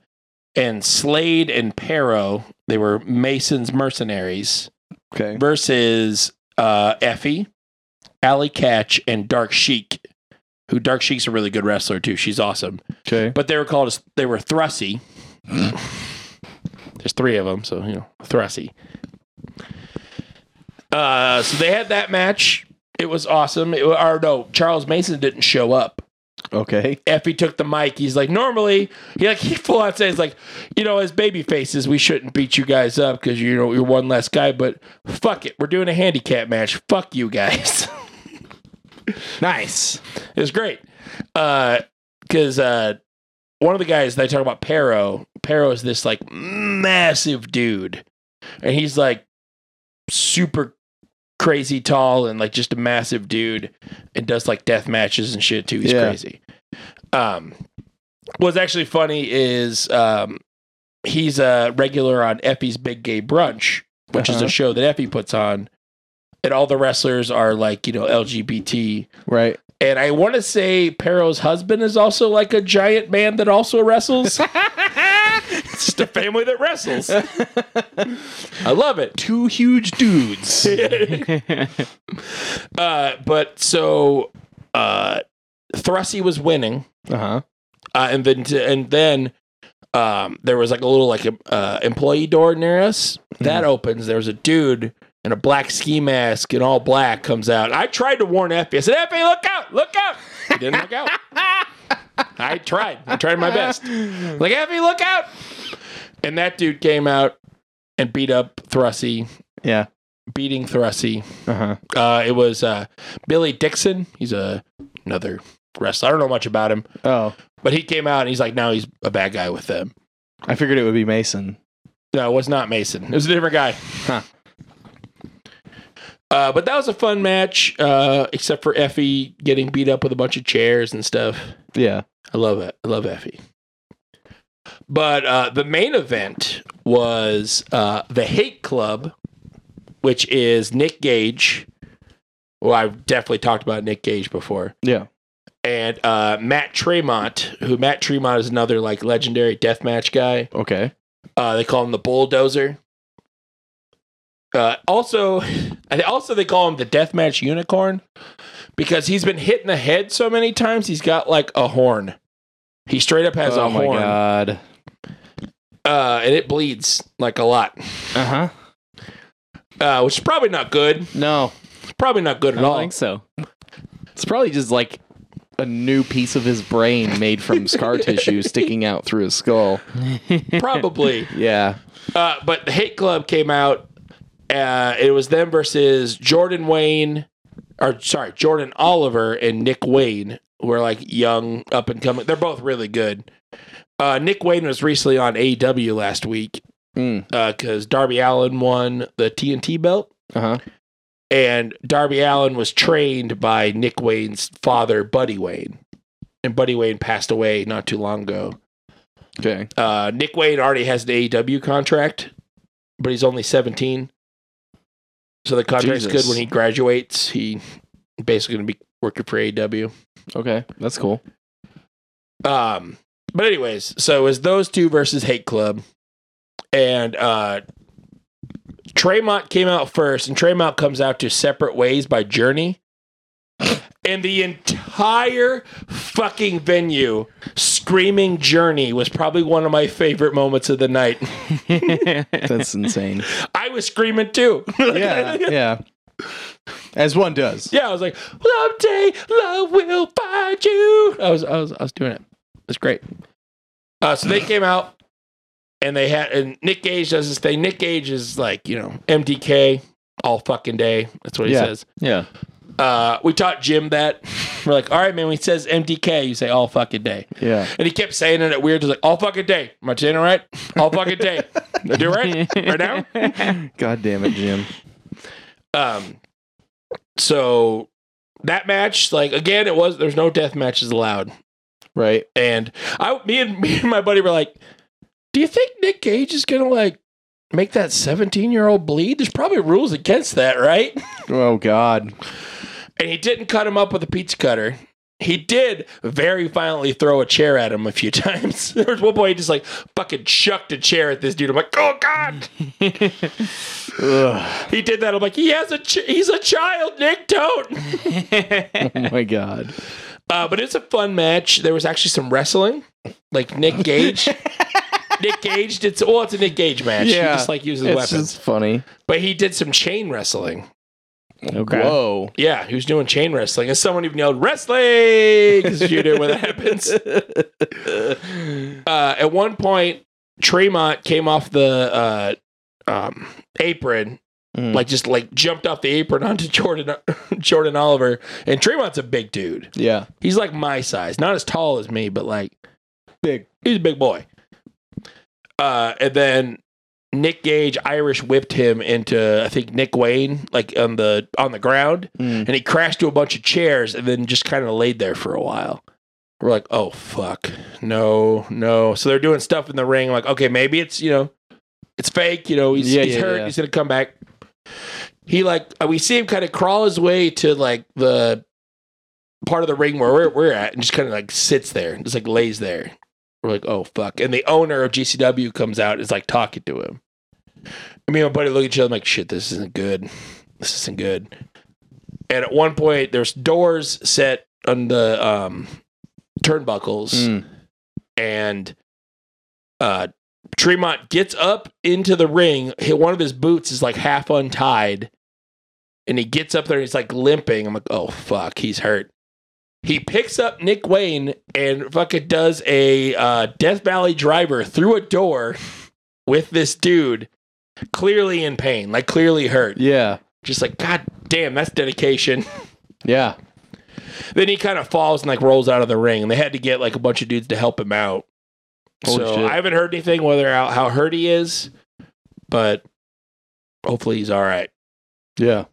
S1: and Slade and Pero. They were Mason's mercenaries
S2: Okay.
S1: versus uh Effie, Alley Catch, and Dark Sheik. Who Dark Sheik's a really good wrestler too. She's awesome
S2: Okay.
S1: but they were called they were thrussy. There's three of them, so you know thrussy. Uh, so they had that match. It was awesome. It, wa- or no, Charles Mason didn't show up.
S2: Okay.
S1: Effie took the mic. He's like, normally, he like he full out says like, you know, as baby faces, we shouldn't beat you guys up because you know you're one less guy. But fuck it, we're doing a handicap match. Fuck you guys.
S2: Nice.
S1: It was great. Because uh, one of the guys they talk about, Pero, Pero is this like massive dude. And he's like super crazy tall and like just a massive dude and does like death matches and shit too. He's
S2: Yeah.
S1: crazy. Um, what's actually funny is um, he's a regular on Effie's Big Gay Brunch, which is
S2: Uh-huh.
S1: a show that Effie puts on. And all the wrestlers are like, you know, LGBT.
S2: Right.
S1: And I want to say Pero's husband is also like a giant man that also wrestles. it's just a family that wrestles.
S2: Uh-huh.
S1: I love it.
S2: Two huge dudes.
S1: uh, but so uh, Thrussy was winning,
S2: Uh huh.
S1: uh, and then and then um, there was like a little like a, uh, employee door near us that opens. There was a dude in a black ski mask and all black comes out. I tried to warn Effie. I said, Effie, look out, look out. He didn't look out. I tried. I tried my best. Like, Effie, look out. And that dude came out and beat up Thrussy,
S2: Yeah.
S1: beating Thrussy.
S2: Uh huh.
S1: Uh, it was uh, Billy Dixon. He's a, another wrestler. I don't know much about him,
S2: Oh,
S1: but he came out and he's like, now he's a bad guy with them.
S2: I figured it would be Mason.
S1: No, it was not Mason. It was a different guy.
S2: Huh.
S1: Uh, but that was a fun match, uh, except for Effie getting beat up with a bunch of chairs and stuff.
S2: Yeah.
S1: I love it. I love Effie. But uh, the main event was uh, the Hate Club, which is Nick Gage. Well, I've definitely talked about Nick Gage before,
S2: Yeah.
S1: and uh, Matt Tremont, who Matt Tremont is another like legendary deathmatch guy.
S2: Okay.
S1: Uh, they call him the bulldozer. Uh, also, and also they call him the deathmatch unicorn because he's been hit in the head so many times. He's got like a horn. He straight up has
S2: oh
S1: a
S2: my
S1: horn,
S2: god.
S1: uh, and it bleeds like a lot,
S2: Uh huh.
S1: uh, which is probably not good.
S2: No,
S1: Probably not good
S3: I
S1: at
S3: don't
S1: all.
S3: think so.
S2: it's probably just like a new piece of his brain made from scar tissue sticking out through his skull.
S1: Probably,
S2: Yeah.
S1: uh, but the Hate Club came out. Uh, it was them versus Jordan Wayne, or sorry, Jordan Oliver and Nick Wayne were like young, up and coming. They're both really good. Uh, Nick Wayne was recently on AEW last week
S2: Mm.
S1: because Darby Allen won the TNT belt,
S2: Uh huh.
S1: and Darby Allen was trained by Nick Wayne's father, Buddy Wayne, and Buddy Wayne passed away not too long ago
S2: Okay.
S1: uh, Nick Wayne already has an AEW contract, but he's only 17. So the contract's
S2: Jesus.
S1: good when he graduates. He basically going to be working for E AEW.
S2: Okay. That's cool.
S1: Um, but anyways, so it was those two versus Hate Club, and uh, Tremont came out first, and Tremont comes out to separate ways by Journey, and the entire fucking venue screaming Journey was probably one of my favorite moments of the night.
S2: That's insane.
S1: I was screaming too.
S2: yeah. Yeah. As one does.
S1: Yeah, I was like, "Love day, love will find you." I was, I was, I was doing it. It's great. Uh, so they came out, and they had, and Nick Gage does this thing. Nick Gage is like, you know, MDK all fucking day. That's what he
S2: Yeah.
S1: says.
S3: Yeah.
S1: Uh, we taught Jim that. We're like, all right, man. When he says MDK, you say all fucking day,
S2: Yeah.
S1: and he kept saying it at weird. He's like, all fucking day. Am I saying it right? All fucking day. Am I doing it right right now.
S2: God damn it, Jim.
S1: Um, so that match, like again, it was there's no death matches allowed,
S2: Right.
S1: and I, me and me and my buddy were like, "Do you think Nick Cage is gonna like make that 17 year old bleed? There's probably rules against that, right?"
S2: Oh God.
S1: And he didn't cut him up with a pizza cutter. He did very violently throw a chair at him a few times. there was one boy he just like fucking chucked a chair at this dude. I'm like, "Oh God!"
S2: Ugh.
S1: He did that. I'm like, "He has a ch- he's a child, Nick. Don't."
S2: Oh my God.
S1: Uh, but it's a fun match. There was actually some wrestling, like Nick Gage. Nick Gage did. Some, well, it's a Nick Gage match.
S2: Yeah.
S1: he just like uses
S2: It's
S1: weapons,
S2: just funny.
S1: but he did some chain wrestling.
S3: Okay.
S2: Whoa.
S1: Yeah, he was doing chain wrestling, and someone even yelled "wrestling" because you know when that happens. Uh, at one point, Tremont came off the uh, um, apron,
S2: Mm.
S1: like just like jumped off the apron onto Jordan Jordan Oliver, and Tremont's a big dude.
S2: Yeah.
S1: He's like my size, not as tall as me, but like
S2: Big.
S1: he's a big boy. Uh, and then Nick Gage Irish whipped him into I think Nick Wayne like on the on the ground,
S2: Mm.
S1: and he crashed to a bunch of chairs, and then just kind of laid there for a while. We're like, oh fuck, no, no. So they're doing stuff in the ring. like, okay, maybe it's you know, it's fake. You know, he's,
S2: Yeah,
S1: he's
S2: yeah,
S1: hurt.
S2: yeah.
S1: He's gonna come back. He like uh, we see him kind of crawl his way to like the part of the ring where we're, we're at, and just kind of like sits there, and just like lays there. We're like, oh fuck. And the owner of GCW comes out, and is like talking to him. I mean, my buddy look at each other I'm like, shit, this isn't good. This isn't good. And at one point, there's doors set on the um, turnbuckles,
S2: Mm.
S1: and uh, Tremont gets up into the ring. He- One of his boots is like half untied, and he gets up there and he's like limping. I'm like, oh fuck, he's hurt. He picks up Nick Wayne and fucking does a uh, Death Valley driver through a door with this dude, clearly in pain, like clearly hurt.
S2: Yeah.
S1: Just like, god damn, that's dedication.
S2: Yeah.
S1: then he kind of falls and like rolls out of the ring, and they had to get like a bunch of dudes to help him out.
S2: Holy
S1: so
S2: shit.
S1: I haven't heard anything whether how, how hurt he is, but hopefully he's all right.
S2: Yeah.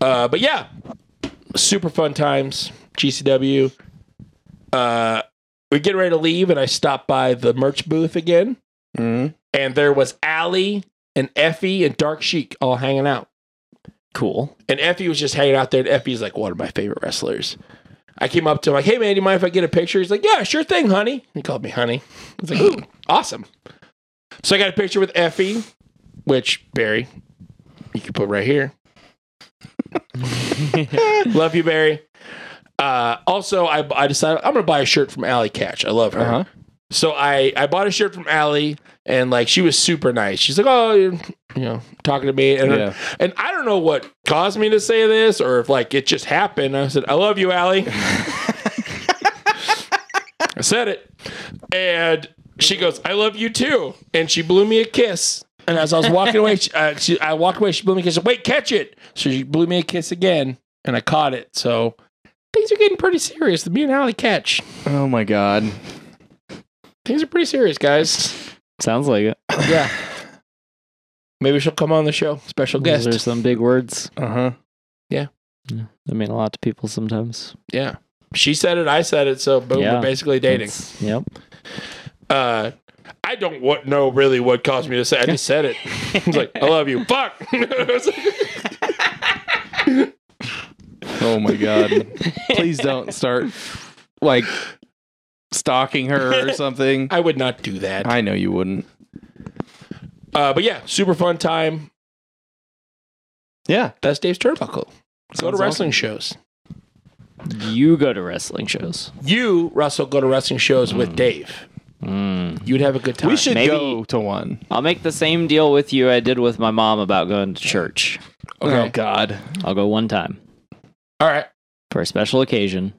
S1: Uh, but yeah, super fun times. GCW. Uh, we get ready to leave, and I stop by the merch booth again,
S2: Mm.
S1: and there was Allie and Effie and Dark Sheik all hanging out.
S3: Cool.
S1: And Effie was just hanging out there. And Effie's like one of my favorite wrestlers. I came up to him like, "Hey man, do you mind if I get a picture?" He's like, "Yeah, sure thing, honey." He called me honey. I was like, "Ooh, awesome." So I got a picture with Effie, which Barry, you can put right here. love you, Barry. Uh, also, I, I decided I'm gonna buy a shirt from Allie Catch. I love her.
S2: Uh huh.
S1: So I I bought a shirt from Allie, and like she was super nice. She's like, "Oh, you're, you know, talking to me," and
S2: Yeah.
S1: and I don't know what caused me to say this or if like it just happened. I said, I love you, Allie. I said it. And she goes, I love you too. And she blew me a kiss. And as I was walking away, she, uh, she, I walked away. She blew me a kiss. Wait, catch it. So she blew me a kiss again and I caught it. So things are getting pretty serious. Me and Allie catch.
S2: Oh my God.
S1: Things are pretty serious, guys.
S3: Sounds like it.
S1: Yeah. Maybe she'll come on the show. Special
S3: Those
S1: guest.
S3: are some big words.
S2: Uh huh.
S3: They mean a lot to people sometimes.
S1: Yeah. She said it, I said it, so boom,
S3: Yeah.
S1: we're basically dating.
S3: That's- yep.
S1: Uh I don't what know really what caused me to say I just said it. I was like, I love you. Fuck. I was like,
S2: Oh my God. Please don't start like stalking her or something.
S1: I would not do that.
S2: I know you wouldn't.
S1: Uh but yeah, super fun time.
S2: Yeah.
S1: That's Dave's turnbuckle. Go to
S2: Sounds
S1: wrestling shows.
S3: You go to wrestling shows.
S1: You, Russell, go to wrestling shows with Dave.
S3: Mm.
S1: You'd have a good time.
S2: We should
S3: Maybe-
S2: go to one.
S3: I'll make the same deal with you I did with my mom about going to church.
S1: Okay.
S2: Oh God.
S3: I'll go one time
S1: All right.
S3: for a special occasion.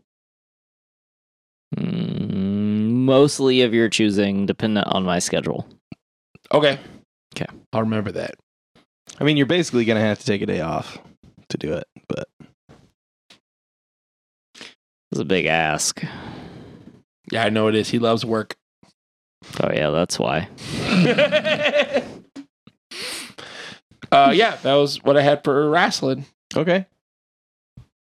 S3: Mm, mostly of your choosing, dependent on my schedule.
S1: Okay.
S3: 'Kay.
S1: I'll remember that.
S2: I mean, you're basically gonna have to take a day off to do it, but
S3: It's a big ask.
S1: Yeah, I know it is. He loves work.
S3: Oh yeah, that's why.
S1: uh, yeah, that was what I had for wrestling.
S2: okay.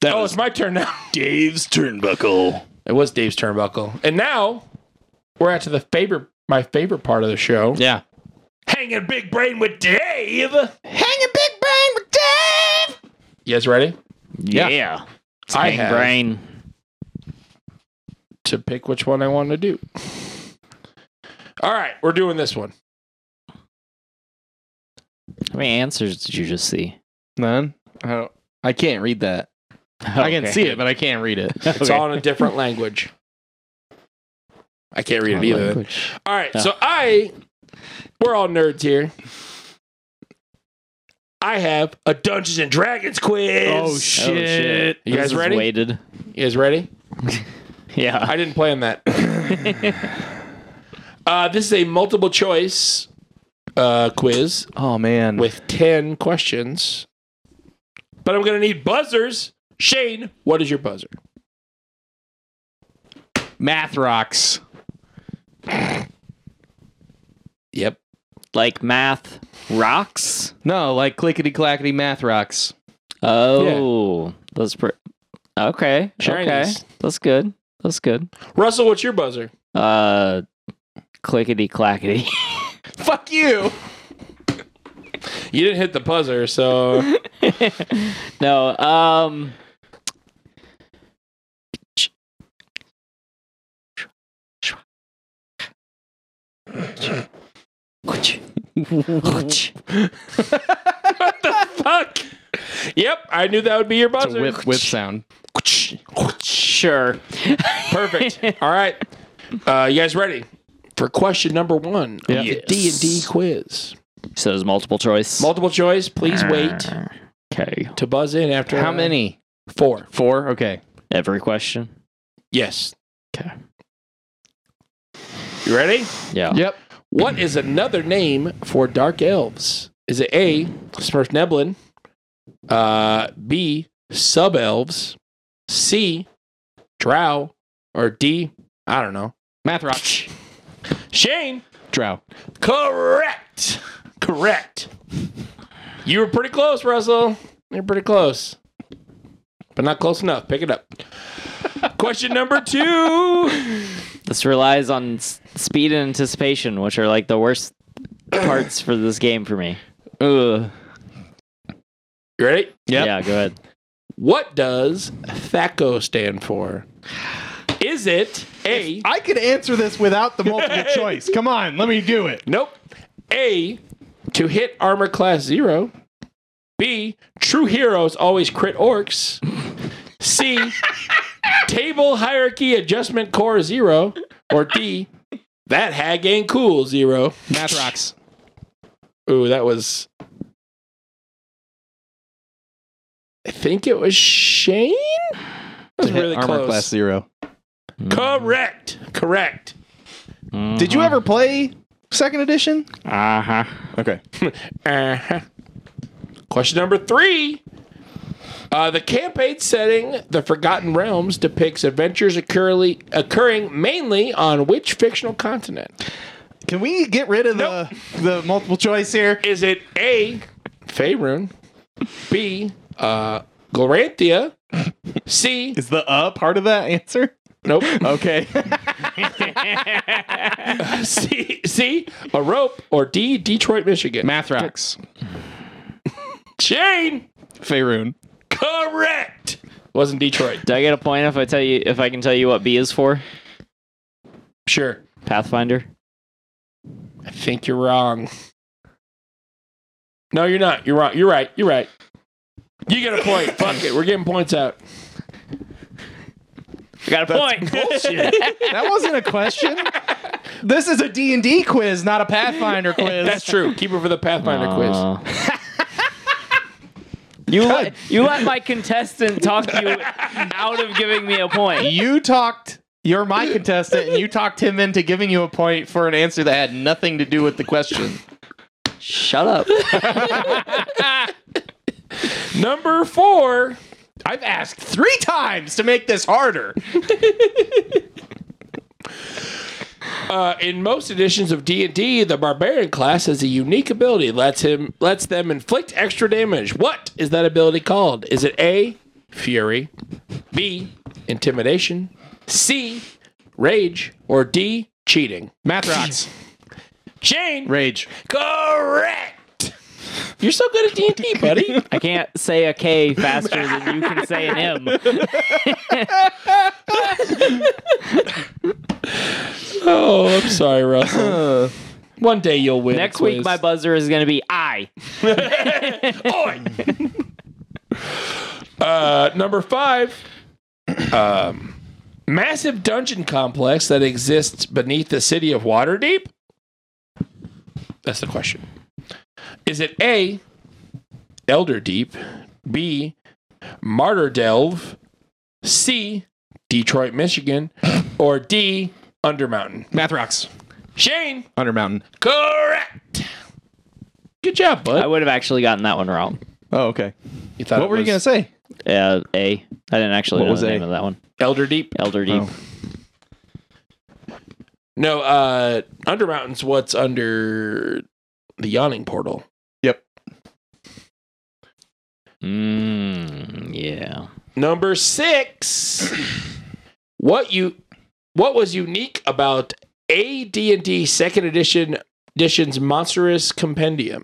S5: That
S1: oh,
S5: was
S1: it's my turn now.
S5: Dave's turnbuckle.
S1: It was Dave's turnbuckle, and now we're at to the favorite, my favorite part of the show.
S2: Yeah.
S1: Hanging big brain with Dave. Hanging big brain with Dave. You guys ready
S3: Yeah. It's
S1: I
S3: hang
S1: have.
S3: brain.
S1: to pick which one I want to do? All right, we're doing this one.
S3: How many answers did you just see?
S2: None. I don't. I can't read that. I can
S3: Okay.
S2: see it, but I can't read it.
S1: It's all in a different language. I can't read it either. All right,
S3: Yeah.
S1: so I, we're all nerds here. I have a Dungeons and Dragons quiz.
S4: Oh shit!
S1: You guys
S3: This is
S1: ready?
S3: Weighted.
S1: You guys ready?
S3: Yeah.
S1: I didn't plan that. Uh, this is a multiple choice uh, quiz
S2: Oh man.
S1: with ten questions, but I'm gonna need buzzers. Shane, what is your buzzer?
S2: math rocks.
S1: Yep.
S3: like math rocks.
S2: No, like clickety clackety math rocks.
S3: Oh, that's pretty. Okay. Okay.
S1: Chinese.
S3: That's good. That's good.
S1: Russell, what's your buzzer?
S3: Uh, clickety clackety.
S2: Fuck you.
S1: You didn't hit the buzzer, so
S3: no. Um.
S1: what the fuck? Yep, I knew that would be your
S2: It's
S1: buzzer.
S2: a whip whip sound.
S3: Sure.
S1: Perfect. All right. Uh, you guys ready for question number one of the D and D quiz?
S3: So there's multiple choice.
S1: Multiple choice. Please wait
S3: Okay.
S1: to buzz in after
S2: Ah. How many?
S1: Four.
S2: Four. Okay.
S3: Every question.
S1: Yes.
S3: Okay.
S1: You ready?
S3: Yeah.
S2: Yep.
S1: What is another name for dark elves? Is it A. Smurf Neblin? Uh, B. Sub elves? C. Drow? Or D. I don't know.
S2: Math rocks.
S1: Shane.
S2: Drow.
S1: Correct. Correct. You were pretty close, Russell. You're pretty close. But not close enough. Pick it up. Question number two.
S3: This relies on s- speed and anticipation, which are like the worst parts for this game for me.
S2: Ugh.
S1: You ready?
S2: Yep.
S3: Yeah. Go ahead.
S1: What does THACO stand for? Is it A?
S2: I could answer this without the multiple choice. Come on, let me do it.
S1: Nope. A, to hit armor class zero. B, true heroes always crit orcs. C, table hierarchy adjustment core zero. Or D, that hag ain't cool zero.
S2: Math rocks.
S1: Ooh, that was. I think it was Shane? That was really
S2: Armor
S1: close.
S2: class zero.
S1: Correct. Correct.
S2: Did you ever play second edition?
S3: Uh huh.
S2: Okay.
S1: Uh-huh. Question number three. Uh, the campaign setting, The Forgotten Realms, depicts adventures occurly, occurring mainly on which fictional continent?
S2: Can we get rid of the the multiple choice here?
S1: Is it A, Faerun, B, uh, Gloranthia, C,
S2: Is the uh part of that answer?
S1: nope,
S2: Okay.
S1: uh, C, C, a rope, or D, Detroit, Michigan?
S2: Math rocks.
S1: Shane,
S2: Faerun.
S1: correct. Wasn't Detroit.
S3: Do I get a point if I tell you if I can tell you what B is for?
S1: Sure.
S3: Pathfinder.
S1: I think you're wrong. No, you're not. You're wrong. You're right. You're right. You get a point. Fuck it. We're getting points out.
S3: I got a point.
S2: That wasn't a question. This is a D&D quiz, not a Pathfinder quiz.
S1: That's true. Keep it for the Pathfinder quiz.
S3: quiz. you let you let my contestant talk you out of giving me a point.
S2: You talked You're my contestant, and you talked him into giving you a point for an answer that had nothing to do with the question.
S3: Shut up.
S1: Number four.
S2: I've asked three times to make this harder.
S1: Uh, in most editions of D and D, the barbarian class has a unique ability that lets him lets them inflict extra damage. What is that ability called? Is it A, fury, B, intimidation, C, rage, or D, cheating?
S2: Math rocks.
S1: Shane,
S2: Rage.
S1: correct. You're so good at D and D, buddy.
S3: I can't say a K faster than you can say an M.
S1: oh, I'm sorry, Russell. One day you'll win. a
S3: Next week,
S1: quiz.
S3: my buzzer is going to be I.
S1: Oi! uh, number five, um, massive dungeon complex that exists beneath the city of Waterdeep. That's the question. Is it A, Elder Deep, B, Martyr Delve, C, Detroit, Michigan, or D, Undermountain?
S2: Math rocks.
S1: Shane,
S2: Undermountain.
S1: correct. Good job,
S3: I
S1: bud.
S3: would have actually gotten that one wrong.
S2: Oh, okay.
S1: You thought
S2: what
S1: it
S2: were you
S1: was
S2: going to say?
S3: Uh, a. I didn't actually
S2: What
S3: know
S2: was
S3: the
S2: A? Oh.
S3: name of that one.
S1: Elder Deep.
S3: Elder Deep.
S1: No, uh Undermountain's what's under the yawning portal.
S3: Mm, yeah.
S1: Number six. what you what was unique about AD and D second edition edition's monstrous compendium?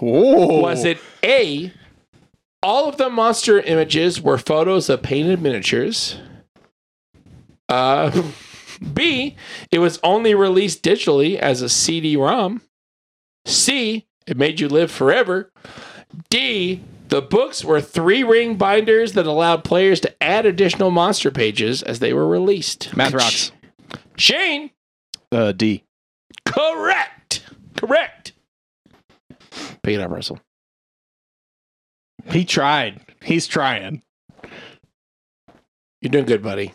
S2: Oh.
S1: Was it A all of the monster images were photos of painted miniatures? Uh B, it was only released digitally as a CD ROM. C, it made you live forever. D, the books were three ring binders that allowed players to add additional monster pages as they were released.
S2: Math rocks.
S1: Shane,
S2: Uh, D.
S1: correct. Correct. Pick it up, Russell.
S2: He tried. He's trying.
S1: You're doing good, buddy.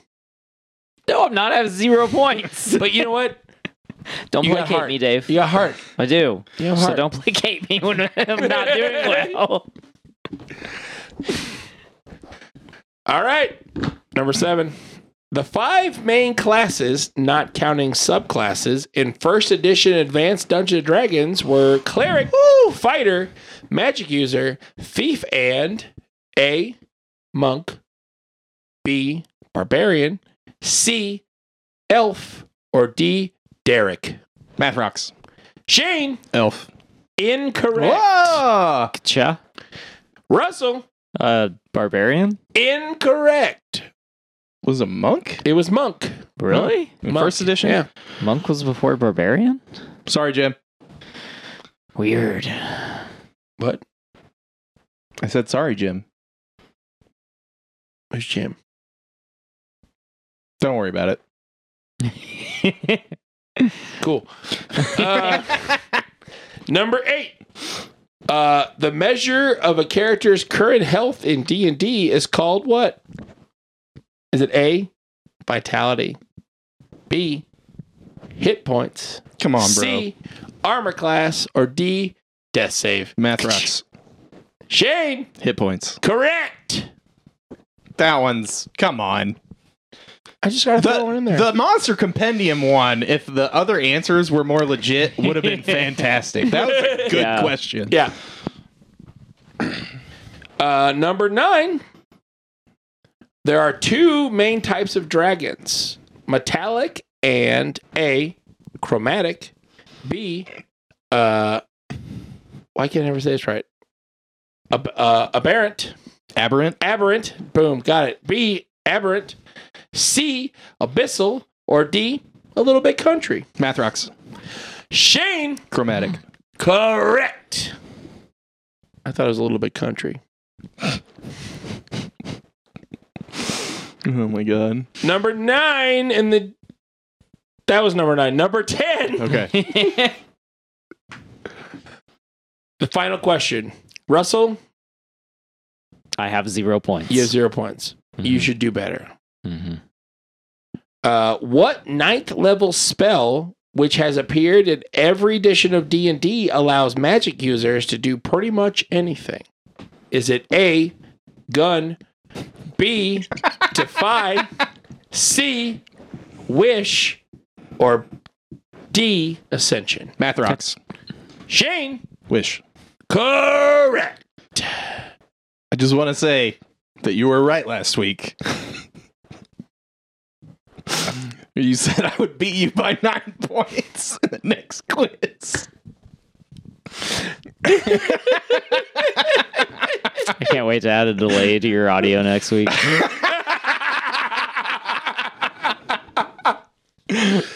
S3: No, I'm not. I have zero points.
S1: But you know what?
S3: Don't
S1: You got
S3: placate
S1: heart.
S3: me, Dave.
S1: You got heart.
S3: I do.
S1: You got
S3: So
S1: heart.
S3: don't placate me when I'm not doing well.
S1: All right. Number seven. The five main classes, not counting subclasses, in first edition Advanced Dungeon and Dragons were cleric, fighter, magic user, thief, and A, monk, B, barbarian, C, elf, or D, Derek.
S2: Math rocks.
S1: Shane,
S2: Elf.
S1: incorrect.
S2: Whoa!
S3: Cha.
S1: Russell,
S3: Uh, barbarian?
S1: incorrect.
S2: Was a monk?
S1: It was monk.
S3: Really?
S2: In
S1: Monk.
S2: First edition?
S1: Yeah.
S3: Monk was before barbarian?
S2: Sorry, Jim.
S3: Weird.
S1: What?
S2: I said sorry, Jim.
S1: Who's Jim?
S2: Don't worry about it.
S1: Cool. Uh, number eight. Uh, the measure of a character's current health in D and D is called what? Is it A, vitality, B, hit points,
S2: Come on, bro.
S1: C, armor class, or D, death save?
S2: Math rocks.
S1: Shane,
S2: Hit points.
S1: correct.
S2: That one's. Come on.
S1: I just gotta throw one in
S2: The,
S1: there.
S2: the monster compendium one, if the other answers were more legit, would have been fantastic. That was a good
S3: Yeah.
S2: question.
S1: Yeah. Uh, number nine. There are two main types of dragons metallic and A, chromatic, B, uh, why can't I ever say this right? Ab- uh, aberrant,
S2: Aberrant.
S1: aberrant, boom, got it. B, aberrant, C, abyssal, or D, a little bit country.
S2: Math rocks.
S1: Shane,
S2: Chromatic.
S1: Correct. I thought it was a little bit country.
S2: Oh my god.
S1: Number nine in the. That was number nine. Number 10.
S2: Okay.
S1: The final question. Russell,
S3: I have zero points.
S1: you have zero points. You
S3: Mhm.
S1: should do better.
S3: Mhm.
S1: Uh, what ninth level spell, which has appeared in every edition of D and D, allows magic users to do pretty much anything? Is it A, gun, B, defy, C, wish, or D, ascension?
S2: Math rocks.
S1: Shane,
S2: Wish.
S1: correct.
S2: I just want to say that you were right last week. you said I would beat you by nine points in the next quiz.
S3: I can't wait to add a delay to your audio next week.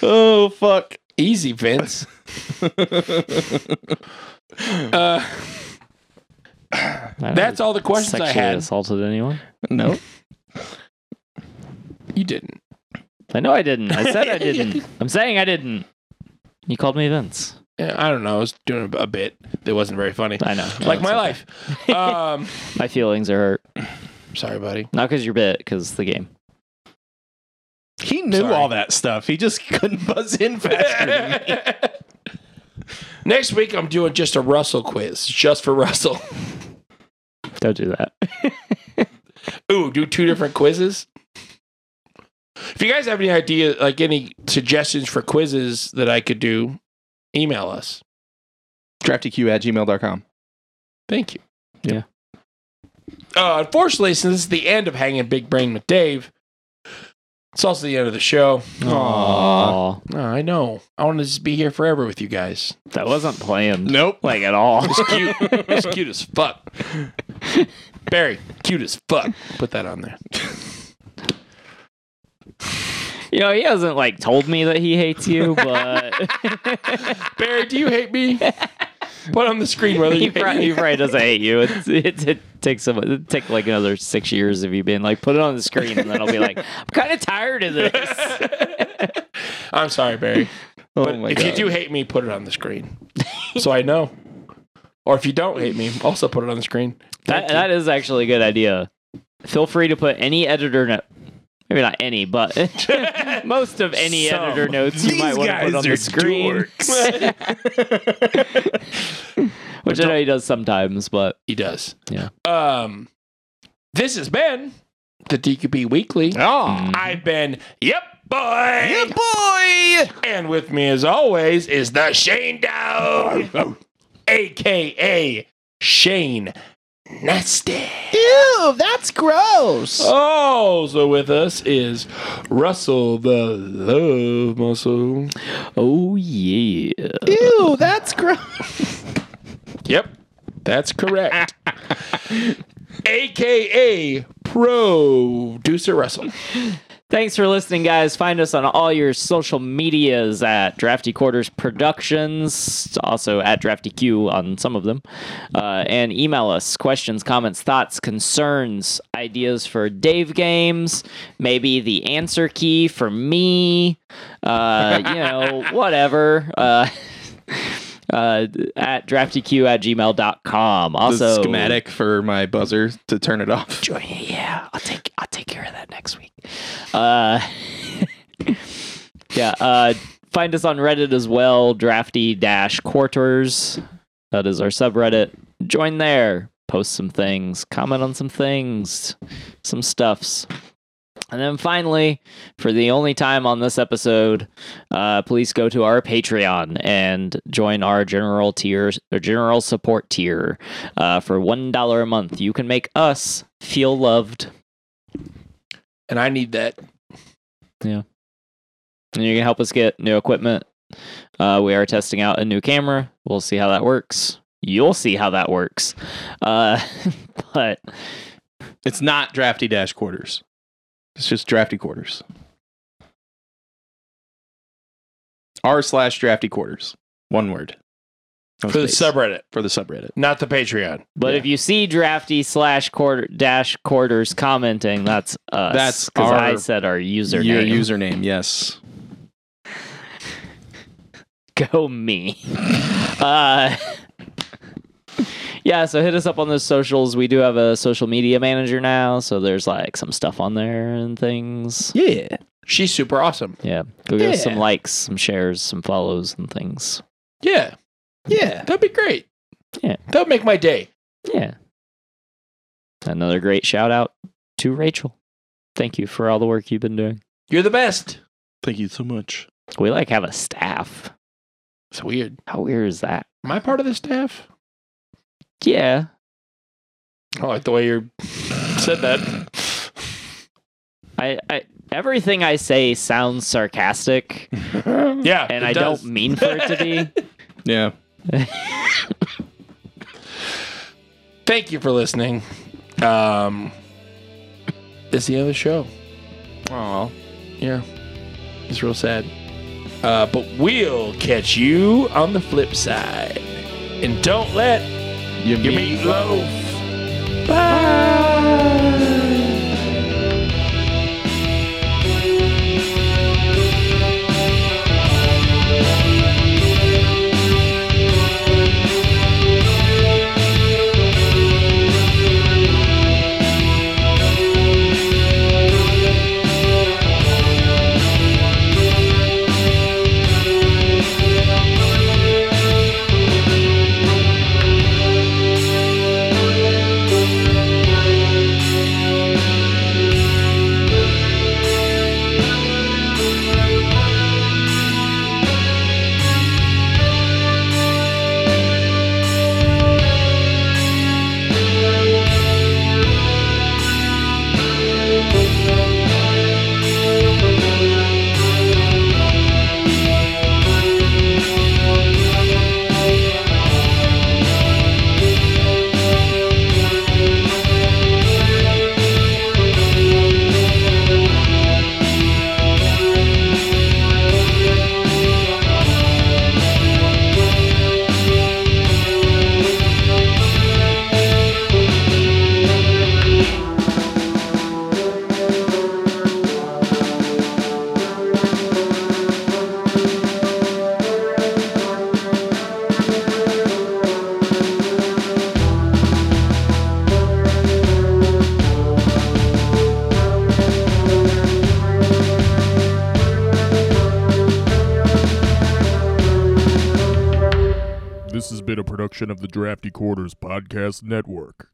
S2: Oh fuck!
S1: Easy, Vince. uh, that's all the questions I
S3: sexually
S1: had.
S3: assaulted anyone?
S2: No,
S1: You didn't.
S3: I know I didn't. I said I didn't. I'm saying I didn't. You called me Vince.
S1: Yeah, I don't know. I was doing a bit that wasn't very funny.
S3: I know. No,
S1: like
S3: it's
S1: my
S3: okay.
S1: life. Um,
S3: My feelings are hurt.
S1: sorry, buddy.
S3: Not because you're bit, because the game.
S2: he knew
S1: Sorry.
S2: all that stuff. He just couldn't buzz in faster. than me.
S1: Next week, I'm doing just a Russell quiz, just for Russell.
S3: Don't do that.
S1: Ooh, do two different quizzes. If you guys have any idea, like any suggestions for quizzes that I could do, email us.
S2: DraftyQ at gmail.com.
S1: Thank you.
S3: Yeah.
S1: Uh, unfortunately, since this is the end of Hanging Big Brain with Dave, it's also the end of the show.
S3: Aww.
S1: Oh, I know. I want to just be here forever with you guys.
S3: That wasn't planned.
S2: Nope.
S3: Like at all.
S1: It's cute. it's cute as fuck. Barry, cute as fuck. Put that on there.
S3: you know, he hasn't like told me that he hates you, but
S1: Barry, do you hate me? Put on the screen whether
S3: he,
S1: you hate
S3: probably, he
S1: me.
S3: probably doesn't hate you. It's, it, it takes some, it take like another six years of you being like, put it on the screen, and then I'll be like, I'm kind of tired of this.
S1: I'm sorry, Barry.
S2: Oh
S1: But
S2: my
S1: if
S2: god!
S1: you do hate me, put it on the screen. so I know. Or if you don't hate me, also put it on the screen.
S3: That, that is actually a good idea. Feel free to put any editor note. Maybe not any, but most of any
S2: Some.
S3: editor notes you might want to put on the screen,
S2: dorks.
S3: which I know he does sometimes. But
S1: He does.
S3: Yeah.
S1: Um, this has been the DQB Weekly.
S2: oh,
S1: I've been, Ah. yep, boy.
S2: yeah, boy.
S1: And with me, as always, is the Shane Down, aka Shane Nasty.
S2: Ew, that's gross.
S1: Also with us is Russell the Love Muscle.
S3: oh yeah,
S2: Ew, that's gross.
S1: Yep, that's correct. AKA Producer Russell.
S3: thanks for listening, guys. Find us on all your social medias at Drafty Quarters Productions, also at Drafty Q on some of them, uh, and email us questions, comments, thoughts, concerns, ideas for Dave games, maybe the answer key for me. uh, you know, whatever. Uh, uh, at draftyq at gmail.com. Also,
S2: the schematic for my buzzer to turn it off.
S3: Yeah, I'll take I'll take care of that next week. Uh, yeah, uh, find us on Reddit as well. Drafty dash quarters. That is our subreddit. Join there. Post some things. Comment on some things. Some stuffs. And then finally, for the only time on this episode, uh, please go to our Patreon and join our general tier or general support tier uh, for one dollar a month. You can make us feel loved,
S1: And I need that.
S3: and you can help us get new equipment. Uh, we are testing out a new camera. We'll see how that works. You'll see how that works. Uh, but
S2: It's not drafty dash quarters. It's just drafty quarters. R slash drafty quarters. One word. No
S1: For the
S2: space.
S1: subreddit,
S2: for the subreddit.
S1: not the Patreon.
S3: but
S2: Yeah.
S3: if you see drafty slash quarter dash quarters commenting, that's us.
S2: That's
S3: because
S2: our-
S3: I said our username.
S2: Your username, yes.
S3: go me. uh, yeah, so hit us up on those socials. We do have a social media manager now, so there's like some stuff on there and things.
S2: Yeah.
S1: She's super awesome.
S3: Yeah. Go give us some
S1: Yeah.
S3: likes, some shares, some follows, and things.
S1: Yeah,
S2: Yeah.
S1: that'd be great.
S3: Yeah.
S1: that would make my day.
S3: Yeah. Another great shout out to Rachel. Thank you for all the work you've been doing.
S1: You're the best.
S5: Thank you so much.
S3: We like have a staff.
S1: It's weird.
S3: How weird is that?
S1: Am I part of the staff?
S3: Yeah.
S1: I like the way you said that.
S3: I, I everything I say sounds sarcastic
S1: Yeah, it
S3: and I
S1: does.
S3: don't mean for it to be.
S2: Yeah.
S1: Thank you for listening. Um, it's the end of the show.
S2: Aw.
S1: Yeah, it's real sad. Uh, but we'll catch you on the flip side. And don't let
S2: You
S1: your
S2: mean-
S1: meat loaf. Bye.
S6: This has been a production of the Drafty Quarters Podcast Network.